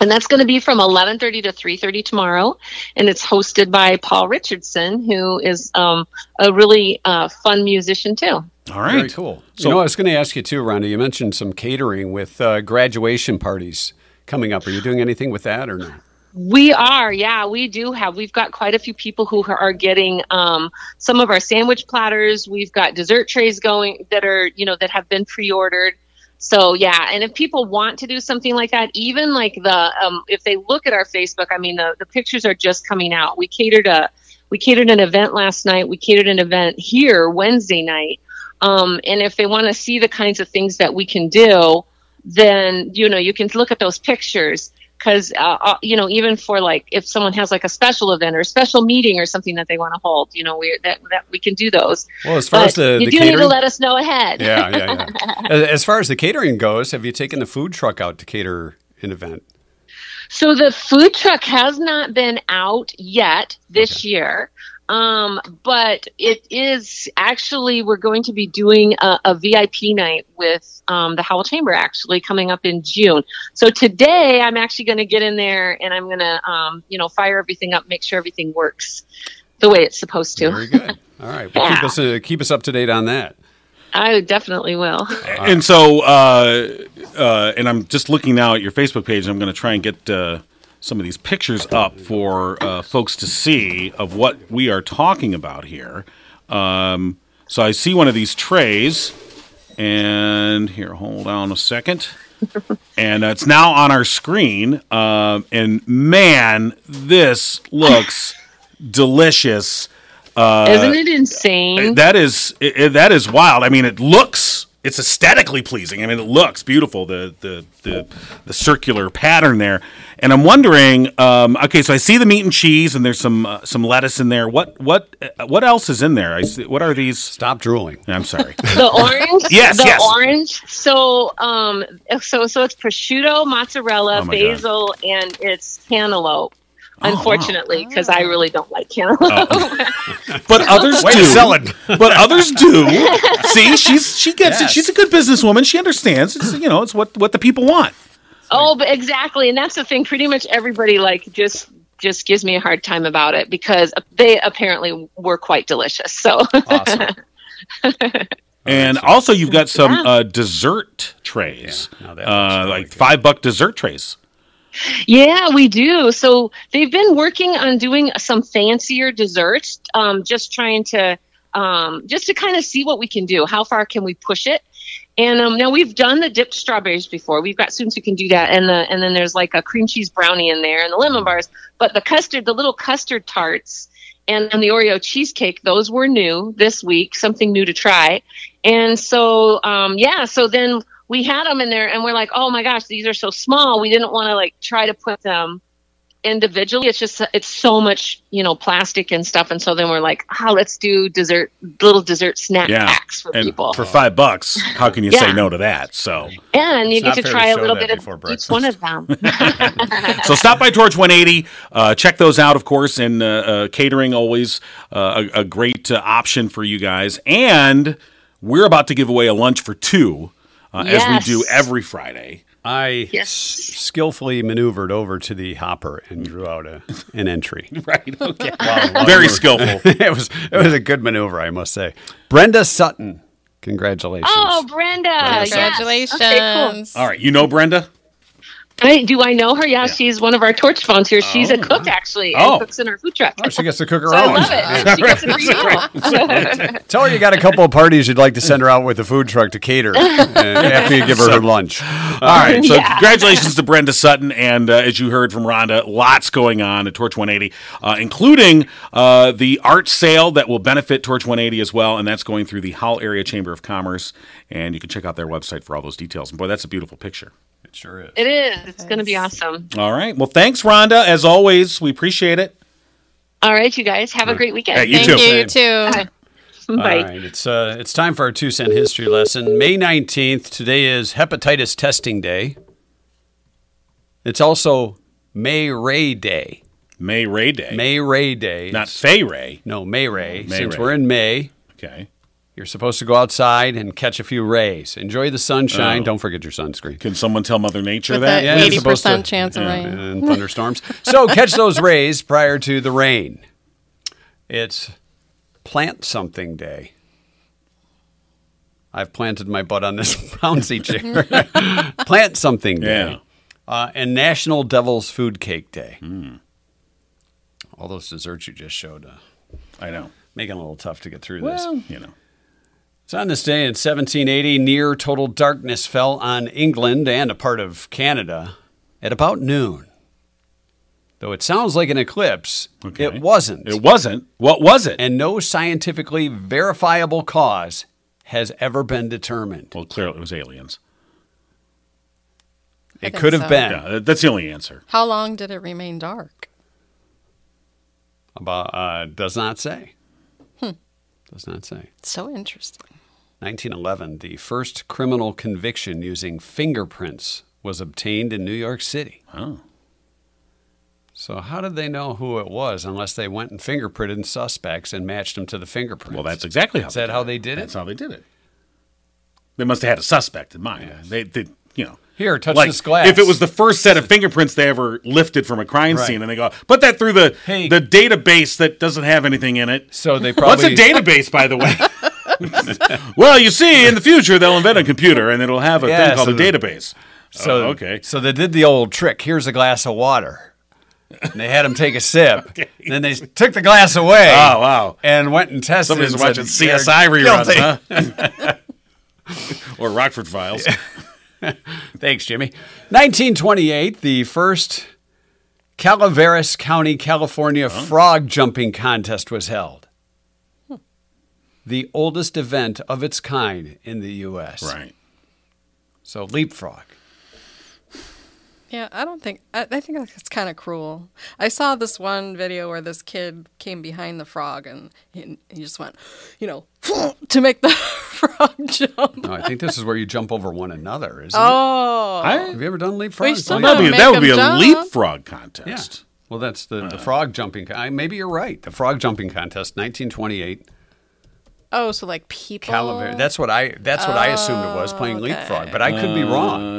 Speaker 4: and that's going to be from 11:30 to 3:30 tomorrow, and it's hosted by Paul Richardson, who is um, a really uh, fun musician too.
Speaker 2: All
Speaker 3: Very
Speaker 2: right,
Speaker 3: cool. So,
Speaker 2: So-
Speaker 3: you know, I was going to ask you too, Rhonda. You mentioned some catering with uh, graduation parties coming up. Are you doing anything with that or not?
Speaker 4: We are, yeah, we do have. We've got quite a few people who are getting um, some of our sandwich platters. We've got dessert trays going that are, you know, that have been pre-ordered. So yeah, and if people want to do something like that, even like the um, if they look at our Facebook, I mean, the the pictures are just coming out. We catered a we catered an event last night. We catered an event here Wednesday night. Um, and if they want to see the kinds of things that we can do, then you know you can look at those pictures because uh, uh, you know even for like if someone has like a special event or a special meeting or something that they want to hold you know we that, that we can do those
Speaker 3: Well, as far
Speaker 4: But
Speaker 3: as the-
Speaker 4: Uh, you
Speaker 3: the
Speaker 4: do need to
Speaker 3: catering-
Speaker 4: let us know ahead
Speaker 3: Yeah, yeah, yeah. as, as far as the catering goes, have you taken the food truck out to cater an event?
Speaker 4: So the food truck has not been out yet this year. Um, but it is actually, we're going to be doing a, a VIP night with um, the Howell Chamber actually coming up in June. So today I'm actually going to get in there and I'm going to, um, you know, fire everything up, make sure everything works the way it's supposed
Speaker 3: Very
Speaker 4: to.
Speaker 3: good. All right, well, keep us uh, keep us up to date on that.
Speaker 4: I definitely will.
Speaker 2: and so, uh, uh, and I'm just looking now at your Facebook page. and I'm going to try and get uh, some of these pictures up for uh, folks to see of what we are talking about here. Um, so I see one of these trays, and here, hold on a second. and it's now on our screen. Um, and man, this looks delicious.
Speaker 3: Uh,
Speaker 4: Isn't it insane?
Speaker 2: That is i- i- that is wild. I mean, it looks it's aesthetically pleasing. I mean, it looks beautiful. The the the, the circular pattern there. And I'm wondering. Um, okay, so I see the meat and cheese, and there's some uh, some lettuce in there. What what uh, what else is in there? I see, what are these?
Speaker 3: Stop drooling.
Speaker 2: I'm sorry.
Speaker 4: the orange
Speaker 2: Yes,
Speaker 4: the
Speaker 2: yes.
Speaker 4: orange so um so so it's prosciutto mozzarella
Speaker 2: Oh, my God. Oh,
Speaker 4: basil and it's cantaloupe unfortunately because i really don't like cantaloupe
Speaker 2: But others do.
Speaker 3: selling.
Speaker 2: But others do. See, she's she gets it. She's a good businesswoman. She understands. It's you know, it's what what the people want.
Speaker 4: oh but exactly and that's the thing pretty much everybody like just just gives me a hard time about it because they apparently were quite delicious so
Speaker 3: Awesome.
Speaker 2: And also, you've got some uh, dessert trays,
Speaker 3: Yeah, now that looks
Speaker 2: uh,
Speaker 3: really
Speaker 2: like
Speaker 3: good.
Speaker 2: five buck dessert trays.
Speaker 4: Yeah, we do. So they've been working on doing some fancier desserts, um, just trying to um, just to kind of see what we can do. How far can we push it? And um, now we've done the dipped strawberries before. We've got students who can do that, and the and then there's like a cream cheese brownie in there, and the lemon bars. But the custard, the little custard tarts, and, and the Oreo cheesecake, those were new this week, something new to try. And so, um, yeah, so then we had them in there and we're like, oh my gosh, these are so small. We didn't want to like try to put them individually. It's just, it's so much, you know, plastic and stuff. And so then we're like, oh, let's do dessert, little dessert snack
Speaker 2: Yeah.
Speaker 4: packs for
Speaker 2: and
Speaker 4: people.
Speaker 2: for five bucks, how can you say
Speaker 4: Yeah.
Speaker 2: no to that? So,
Speaker 4: and you
Speaker 3: It's not
Speaker 4: get to
Speaker 3: fair to
Speaker 4: try a
Speaker 3: show
Speaker 4: little
Speaker 3: that
Speaker 4: bit
Speaker 3: before
Speaker 4: of
Speaker 3: breakfast.
Speaker 4: each one of them.
Speaker 2: so stop by Torch 180. Uh, check those out, of course. And uh, uh, catering always uh, a, a great uh, option for you guys. And we're about to give away a lunch for two, uh, as
Speaker 4: Yes.
Speaker 2: we do every Friday.
Speaker 3: I
Speaker 4: Yes.
Speaker 3: s- skillfully maneuvered over to the hopper and drew out a, an entry.
Speaker 2: Right? Okay.
Speaker 3: Wow,
Speaker 2: Very
Speaker 3: wow.
Speaker 2: skillful.
Speaker 3: it was it was a good maneuver, I must say. Brenda Sutton, congratulations.
Speaker 4: oh, Brenda. yes.
Speaker 1: Congratulations.
Speaker 4: Okay, cool.
Speaker 2: All right, you know Brenda.
Speaker 4: I, do I know her? Yeah, she's one of our torch volunteers. She's a cook, actually, and
Speaker 2: Oh.
Speaker 4: cooks in our food truck.
Speaker 3: Oh, she gets to cook her
Speaker 4: I
Speaker 3: own.
Speaker 4: love it. She gets a free meal.
Speaker 3: Tell her you got a couple of parties you'd like to send her out with a food truck to cater and after you give her her lunch.
Speaker 2: All right. So, congratulations to Brenda Sutton. And uh, as you heard from Rhonda, lots going on at Torch 180, uh, including uh, the art sale that will benefit Torch 180 as well. And that's going through the Howell Area Chamber of Commerce. And you can check out their website for all those details. And boy, that's a beautiful picture.
Speaker 3: It sure is.
Speaker 4: It is. It's going to be awesome.
Speaker 2: All right. Well, thanks, Rhonda. As always, we appreciate it.
Speaker 4: All right, you guys. Have a great weekend.
Speaker 2: Hey, you
Speaker 4: Thank
Speaker 1: Thank
Speaker 2: too.
Speaker 1: you, you too.
Speaker 4: you. Bye.
Speaker 3: All right, it's uh, it's time for our two cent history lesson. May nineteenth. Today is hepatitis testing day. It's also May Ray Day.
Speaker 2: May Ray Day.
Speaker 3: May Ray Day.
Speaker 2: Not Fay Ray.
Speaker 3: no May Ray.
Speaker 2: May
Speaker 3: since
Speaker 2: Ray.
Speaker 3: we're in May,
Speaker 2: Okay.
Speaker 3: you're supposed to go outside and catch a few rays. Enjoy the sunshine. Don't forget your sunscreen.
Speaker 2: Can someone tell Mother Nature
Speaker 1: With
Speaker 2: that?
Speaker 1: that
Speaker 3: yeah, it's
Speaker 1: eighty
Speaker 3: supposed
Speaker 1: percent
Speaker 3: to-
Speaker 1: chance of rain.
Speaker 3: and thunderstorms. so catch those rays prior to the rain. It's plant something day. I've planted my butt on this bouncy chair. plant something day.
Speaker 2: Yeah.
Speaker 3: uh, and National Devil's Food Cake Day. All those desserts you just showed uh,
Speaker 2: I know.
Speaker 3: making it a little tough to get through this.
Speaker 2: Well, you know.
Speaker 3: So on this day in 1780, near total darkness fell on England and a part of Canada at about noon. Though it sounds like an eclipse,
Speaker 2: Okay.
Speaker 3: it wasn't.
Speaker 2: It wasn't. What was it?
Speaker 3: and no scientifically verifiable cause has ever been determined.
Speaker 2: well, clearly it was aliens.
Speaker 3: It
Speaker 1: think
Speaker 3: could have
Speaker 1: so.
Speaker 3: been
Speaker 2: Yeah, that- that's the only answer.
Speaker 1: How long did it remain dark?
Speaker 3: about uh, does not say.
Speaker 1: Hmm.
Speaker 3: Does not say.
Speaker 1: So interesting.
Speaker 3: 1911, the first criminal conviction using fingerprints was obtained in New York City.
Speaker 2: Oh.
Speaker 3: So how did they know who it was unless they went and fingerprinted suspects and matched them to the fingerprints?
Speaker 2: Well, that's exactly how.
Speaker 3: Is that how they did
Speaker 2: That's
Speaker 3: it?
Speaker 2: how they did it. They must have had a suspect in mind. They, they, you know.
Speaker 3: Here, touch
Speaker 2: like,
Speaker 3: this glass.
Speaker 2: If it was the first set of fingerprints they ever lifted from a crime
Speaker 3: Right.
Speaker 2: scene, and they go put that through the
Speaker 3: Hey.
Speaker 2: the database that doesn't have anything in it.
Speaker 3: so they
Speaker 2: What's
Speaker 3: probably
Speaker 2: a database, by the way? well, you see, in the future they'll invent a computer and it'll have a
Speaker 3: Yeah,
Speaker 2: thing called
Speaker 3: so
Speaker 2: a
Speaker 3: the-
Speaker 2: database.
Speaker 3: So
Speaker 2: Oh, okay.
Speaker 3: So they did the old trick. Here's a glass of water. And they had him take a sip. Then they took the glass away.
Speaker 2: Oh wow.
Speaker 3: And went and tested.
Speaker 2: Somebody's
Speaker 3: and
Speaker 2: watching
Speaker 3: said, "You're
Speaker 2: CSI
Speaker 3: guilty."
Speaker 2: reruns, huh? or Rockford Files.
Speaker 3: Thanks, Jimmy. 1928, the first Calaveras County, California frog jumping contest was held. The oldest event of its kind in the U.S.
Speaker 2: Right.
Speaker 3: So leapfrog.
Speaker 1: Yeah, I don't think I, I think that's kind of cruel. I saw this one video where this kid came behind the frog and he, he just went, you know, to make the frog jump.
Speaker 3: No, I think this is where you jump over one another, isn't
Speaker 1: Oh,
Speaker 3: it? Have you ever done leapfrog?
Speaker 1: We still
Speaker 3: Oh, yeah.
Speaker 2: That'd be-
Speaker 1: Make
Speaker 2: that would
Speaker 1: them
Speaker 2: be a
Speaker 1: jump.
Speaker 2: leapfrog contest.
Speaker 3: Yeah. Well, that's the, the frog jumping. Con- I- maybe you're right. The frog jumping contest, 1928,
Speaker 1: oh, so like people.
Speaker 3: Calaveras. That's what I. That's what I assumed it was playing
Speaker 1: Oh,
Speaker 3: leapfrog, but I could be
Speaker 2: Uh,
Speaker 3: wrong.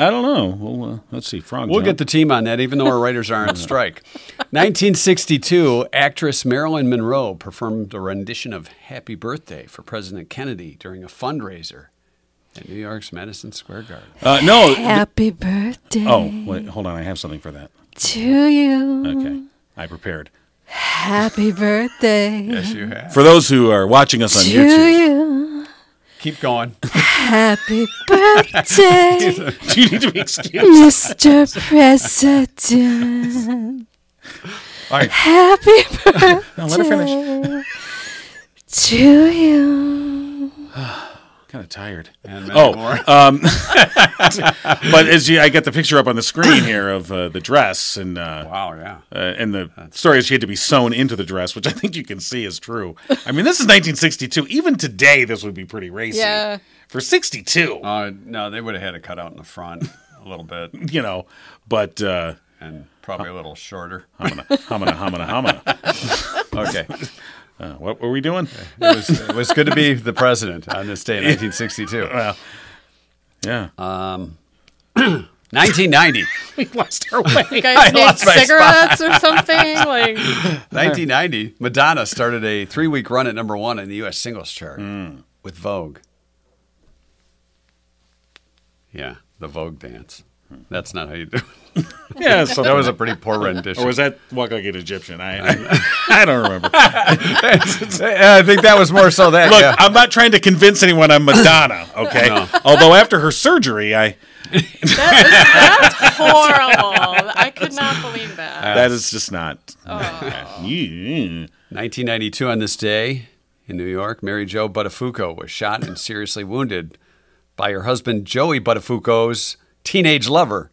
Speaker 2: I don't know. Well, uh, let's see. Frog.
Speaker 3: We'll
Speaker 2: jump.
Speaker 3: get the team on that, even though our writers are on strike. 1962, actress Marilyn Monroe performed a rendition of "Happy Birthday" for President Kennedy during a fundraiser at New York's Madison Square Garden.
Speaker 2: Uh, no.
Speaker 6: Happy birthday
Speaker 2: oh, wait. Hold on. I have something for that.
Speaker 6: to you.
Speaker 2: Okay. I prepared.
Speaker 6: Happy birthday
Speaker 3: Yes, you have.
Speaker 2: For those who are watching us on
Speaker 6: to
Speaker 2: YouTube,
Speaker 6: you.
Speaker 3: Keep going.
Speaker 6: Happy birthday,
Speaker 2: do you need to be excused?
Speaker 6: Mr. President.
Speaker 3: All right.
Speaker 6: Happy birthday
Speaker 2: No, let her finish.
Speaker 6: to you.
Speaker 2: Kind of tired.
Speaker 3: And many
Speaker 2: Oh,
Speaker 3: more.
Speaker 2: But as you, I got the picture up on the screen here of uh, the dress and uh,
Speaker 3: wow, yeah.
Speaker 2: uh, and the story is she had to be sewn into the dress, which I think you can see is true. I mean, this is 1962. Even today, this would be pretty racy.
Speaker 1: Yeah.
Speaker 2: For 62,
Speaker 3: Uh, no, they would have had a cutout in the front a little bit.
Speaker 2: you know, but uh,
Speaker 3: and probably a little shorter.
Speaker 2: hamana, hamana, hamana, hamana.
Speaker 3: Okay.
Speaker 2: Uh, what were we doing?
Speaker 3: It was, it was good to be the president on this day in 1962.
Speaker 2: Yeah.
Speaker 3: 1990.
Speaker 2: we lost our way.
Speaker 1: You guys need
Speaker 3: lost my
Speaker 1: cigarettes or something. Like
Speaker 3: 1990, Madonna started a three week run at number one in the U.S. singles chart
Speaker 2: Mm.
Speaker 3: with Vogue. Yeah, the Vogue dance. That's not how you do it.
Speaker 2: yeah, so
Speaker 3: That was a pretty poor rendition.
Speaker 2: Or was that Walk Like an Egyptian? I, I, I don't remember.
Speaker 3: I think that was more so that.
Speaker 2: Look,
Speaker 3: yeah.
Speaker 2: I'm not trying to convince anyone I'm Madonna, okay? Although after her surgery, I
Speaker 1: horrible. I could not believe that.
Speaker 2: that is just not. Yeah.
Speaker 3: 1992 on this day in New York, Mary Jo Buttafuoco was shot and seriously wounded by her husband Joey Buttafuoco's teenage lover,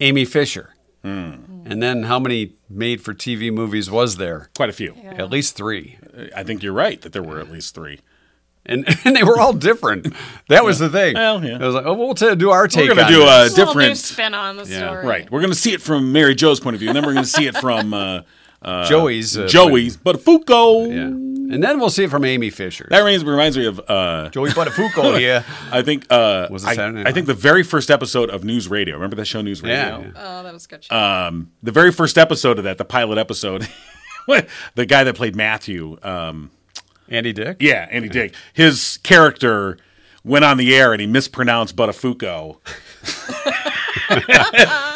Speaker 3: Amy Fisher.
Speaker 2: Hmm.
Speaker 3: And then how many made-for-TV movies was there?
Speaker 2: Quite a few.
Speaker 3: At least three,
Speaker 2: I think you're right that there were at least three.
Speaker 3: and, and they were all different. That was the thing.
Speaker 2: Well, yeah.
Speaker 3: I was like, oh, we'll t- do our take.
Speaker 2: We're going to
Speaker 3: on
Speaker 2: do
Speaker 3: this.
Speaker 2: a
Speaker 1: Well, new
Speaker 2: different.
Speaker 1: spin on the story.
Speaker 2: Right. We're going to see it from Mary Jo's point of view, and then we're going to see it from uh, uh,
Speaker 3: Joey's. uh,
Speaker 2: Joey's. But Foucault.
Speaker 3: Yeah. And then we'll see it from Amy Fisher.
Speaker 2: That reminds, reminds me of. Uh,
Speaker 3: Joey Buttafuoco. yeah.
Speaker 2: I think uh,
Speaker 3: Was it
Speaker 2: I,
Speaker 3: Saturday
Speaker 2: I think the very first episode of News Radio. Remember that show, News Radio?
Speaker 3: Yeah.
Speaker 1: Oh, that was good. shit.
Speaker 3: Uh,
Speaker 2: um, the very first episode of that, the pilot episode, the guy that played Matthew, um,
Speaker 3: Andy Dick.
Speaker 2: yeah, Andy Dick, his character went on the air and he mispronounced Buttafuoco. yeah.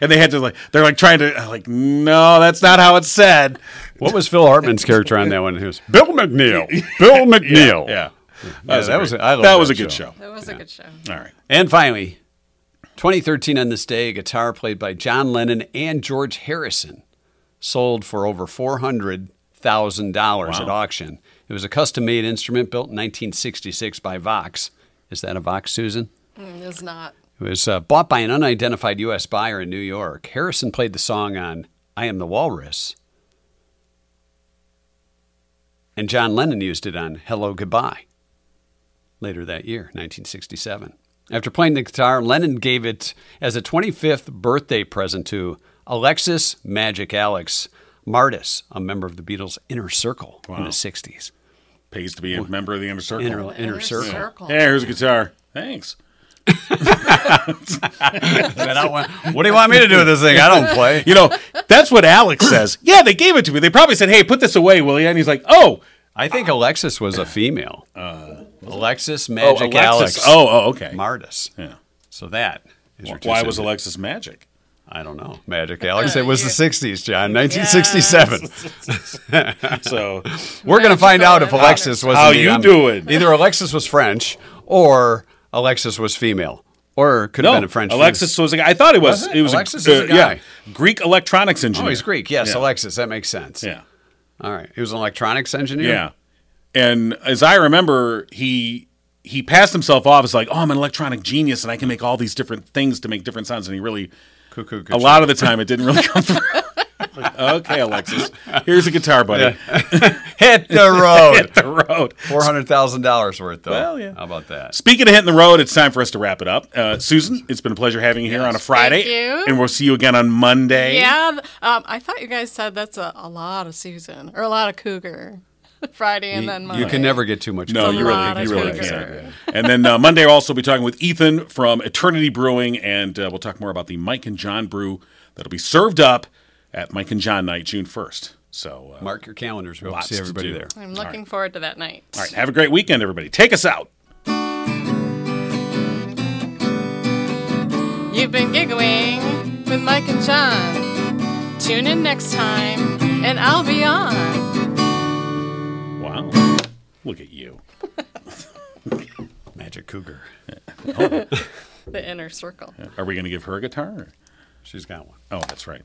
Speaker 2: and they had to like they're like trying to uh, like no, that's not how it's said.
Speaker 3: What was Phil Hartman's character on that one? He was Bill McNeil. Bill McNeil.
Speaker 2: Yeah.
Speaker 3: Yeah, that was
Speaker 2: great-
Speaker 3: I love
Speaker 2: that was a good show.
Speaker 1: That was a good show.
Speaker 2: All right.
Speaker 3: And finally, 2013 on this day, a guitar played by John Lennon and George Harrison sold for over $400,000 at auction. It was a custom made instrument built in 1966 by Vox. Is that a Vox, Susan?
Speaker 1: Mm, It's not.
Speaker 3: It was uh, bought by an unidentified U.S. buyer in New York. Harrison played the song on I Am the Walrus. And John Lennon used it on Hello Goodbye later that year, 1967. After playing the guitar, Lennon gave it as a 25th birthday present to Alexis Magic Alex Martis, a member of the Beatles' inner circle in the 60s.
Speaker 2: Pays to be a member of the inner circle.
Speaker 3: Inner, Oh, inner circle.
Speaker 2: Hey, here's a guitar. Thanks.
Speaker 3: And I went, what do you want me to do with this thing? I don't play.
Speaker 2: You know, that's what Alex says. Yeah, they gave it to me. They probably said, "Hey, put this away, will you?" And he's like, "Oh,
Speaker 3: I think Alexis was a female.
Speaker 2: Uh,
Speaker 3: Alexis Magic
Speaker 2: Oh, Alexis.
Speaker 3: Alex.
Speaker 2: Oh, oh, okay.
Speaker 3: Martis.
Speaker 2: Yeah.
Speaker 3: So that is your two
Speaker 2: Why was
Speaker 3: cents.
Speaker 2: Alexis magic?
Speaker 3: I don't know. Magic Alex. It was the 60s, John. 1967.
Speaker 2: So,
Speaker 3: We're going to find out if
Speaker 1: Alex.
Speaker 3: Alexis was.
Speaker 2: How
Speaker 3: indeed-
Speaker 2: you
Speaker 3: I'm-
Speaker 2: doing?
Speaker 3: Either Alexis was French or Alexis was female or could have
Speaker 2: no,
Speaker 3: been a French.
Speaker 2: Alexis was a guy. I thought it was.
Speaker 3: Was it?
Speaker 2: it was
Speaker 3: Alexis
Speaker 2: a,
Speaker 3: is a guy.
Speaker 2: Yeah, Greek electronics engineer.
Speaker 3: Oh, he's Greek. Yes,
Speaker 2: Yeah.
Speaker 3: Alexis. That makes sense.
Speaker 2: Yeah.
Speaker 3: All right. He was an electronics engineer.
Speaker 2: Yeah. And as I remember, he he passed himself off as like, "Oh, I'm an electronic genius, and I can make all these different things to make different sounds." And he really,
Speaker 3: Cuckoo.
Speaker 2: a lot of the time, it didn't really come through. Like, okay, Alexis, here's a guitar, buddy.
Speaker 3: Hit the road.
Speaker 2: Hit the road.
Speaker 3: Four hundred thousand dollars worth, though.
Speaker 2: Well, yeah.
Speaker 3: How about that?
Speaker 2: Speaking of hitting the road, it's time for us to wrap it up. Uh, Susan, it's been a pleasure having you here on a Friday,
Speaker 1: you.
Speaker 2: and we'll see you again on Monday.
Speaker 1: Yeah, th- um, I thought you guys said that's a, a lot of Susan or a lot of Cougar. Friday and then Monday.
Speaker 3: You can never get too much.
Speaker 2: No,
Speaker 1: It's a
Speaker 2: you really,
Speaker 1: lot
Speaker 2: you
Speaker 1: of
Speaker 2: really
Speaker 1: sugar.
Speaker 2: can. And then uh, Monday, we'll also be talking with Ethan from Eternity Brewing, and uh, we'll talk more about the Mike and John brew that'll be served up at Mike and John night, June first. So, uh, all
Speaker 3: Mark your calendars. We hope
Speaker 2: Lots
Speaker 3: to see
Speaker 2: to
Speaker 3: everybody
Speaker 2: do.
Speaker 3: there.
Speaker 1: I'm looking forward to that night.
Speaker 2: right, have a great weekend, everybody. Take us out.
Speaker 1: You've been giggling with Mike and John. Tune in next time, and I'll be on.
Speaker 2: Wow, look at you.
Speaker 3: Magic Cougar.
Speaker 1: the inner circle.
Speaker 2: Are we going to give her a guitar?
Speaker 3: She's got one.
Speaker 2: Oh, that's right.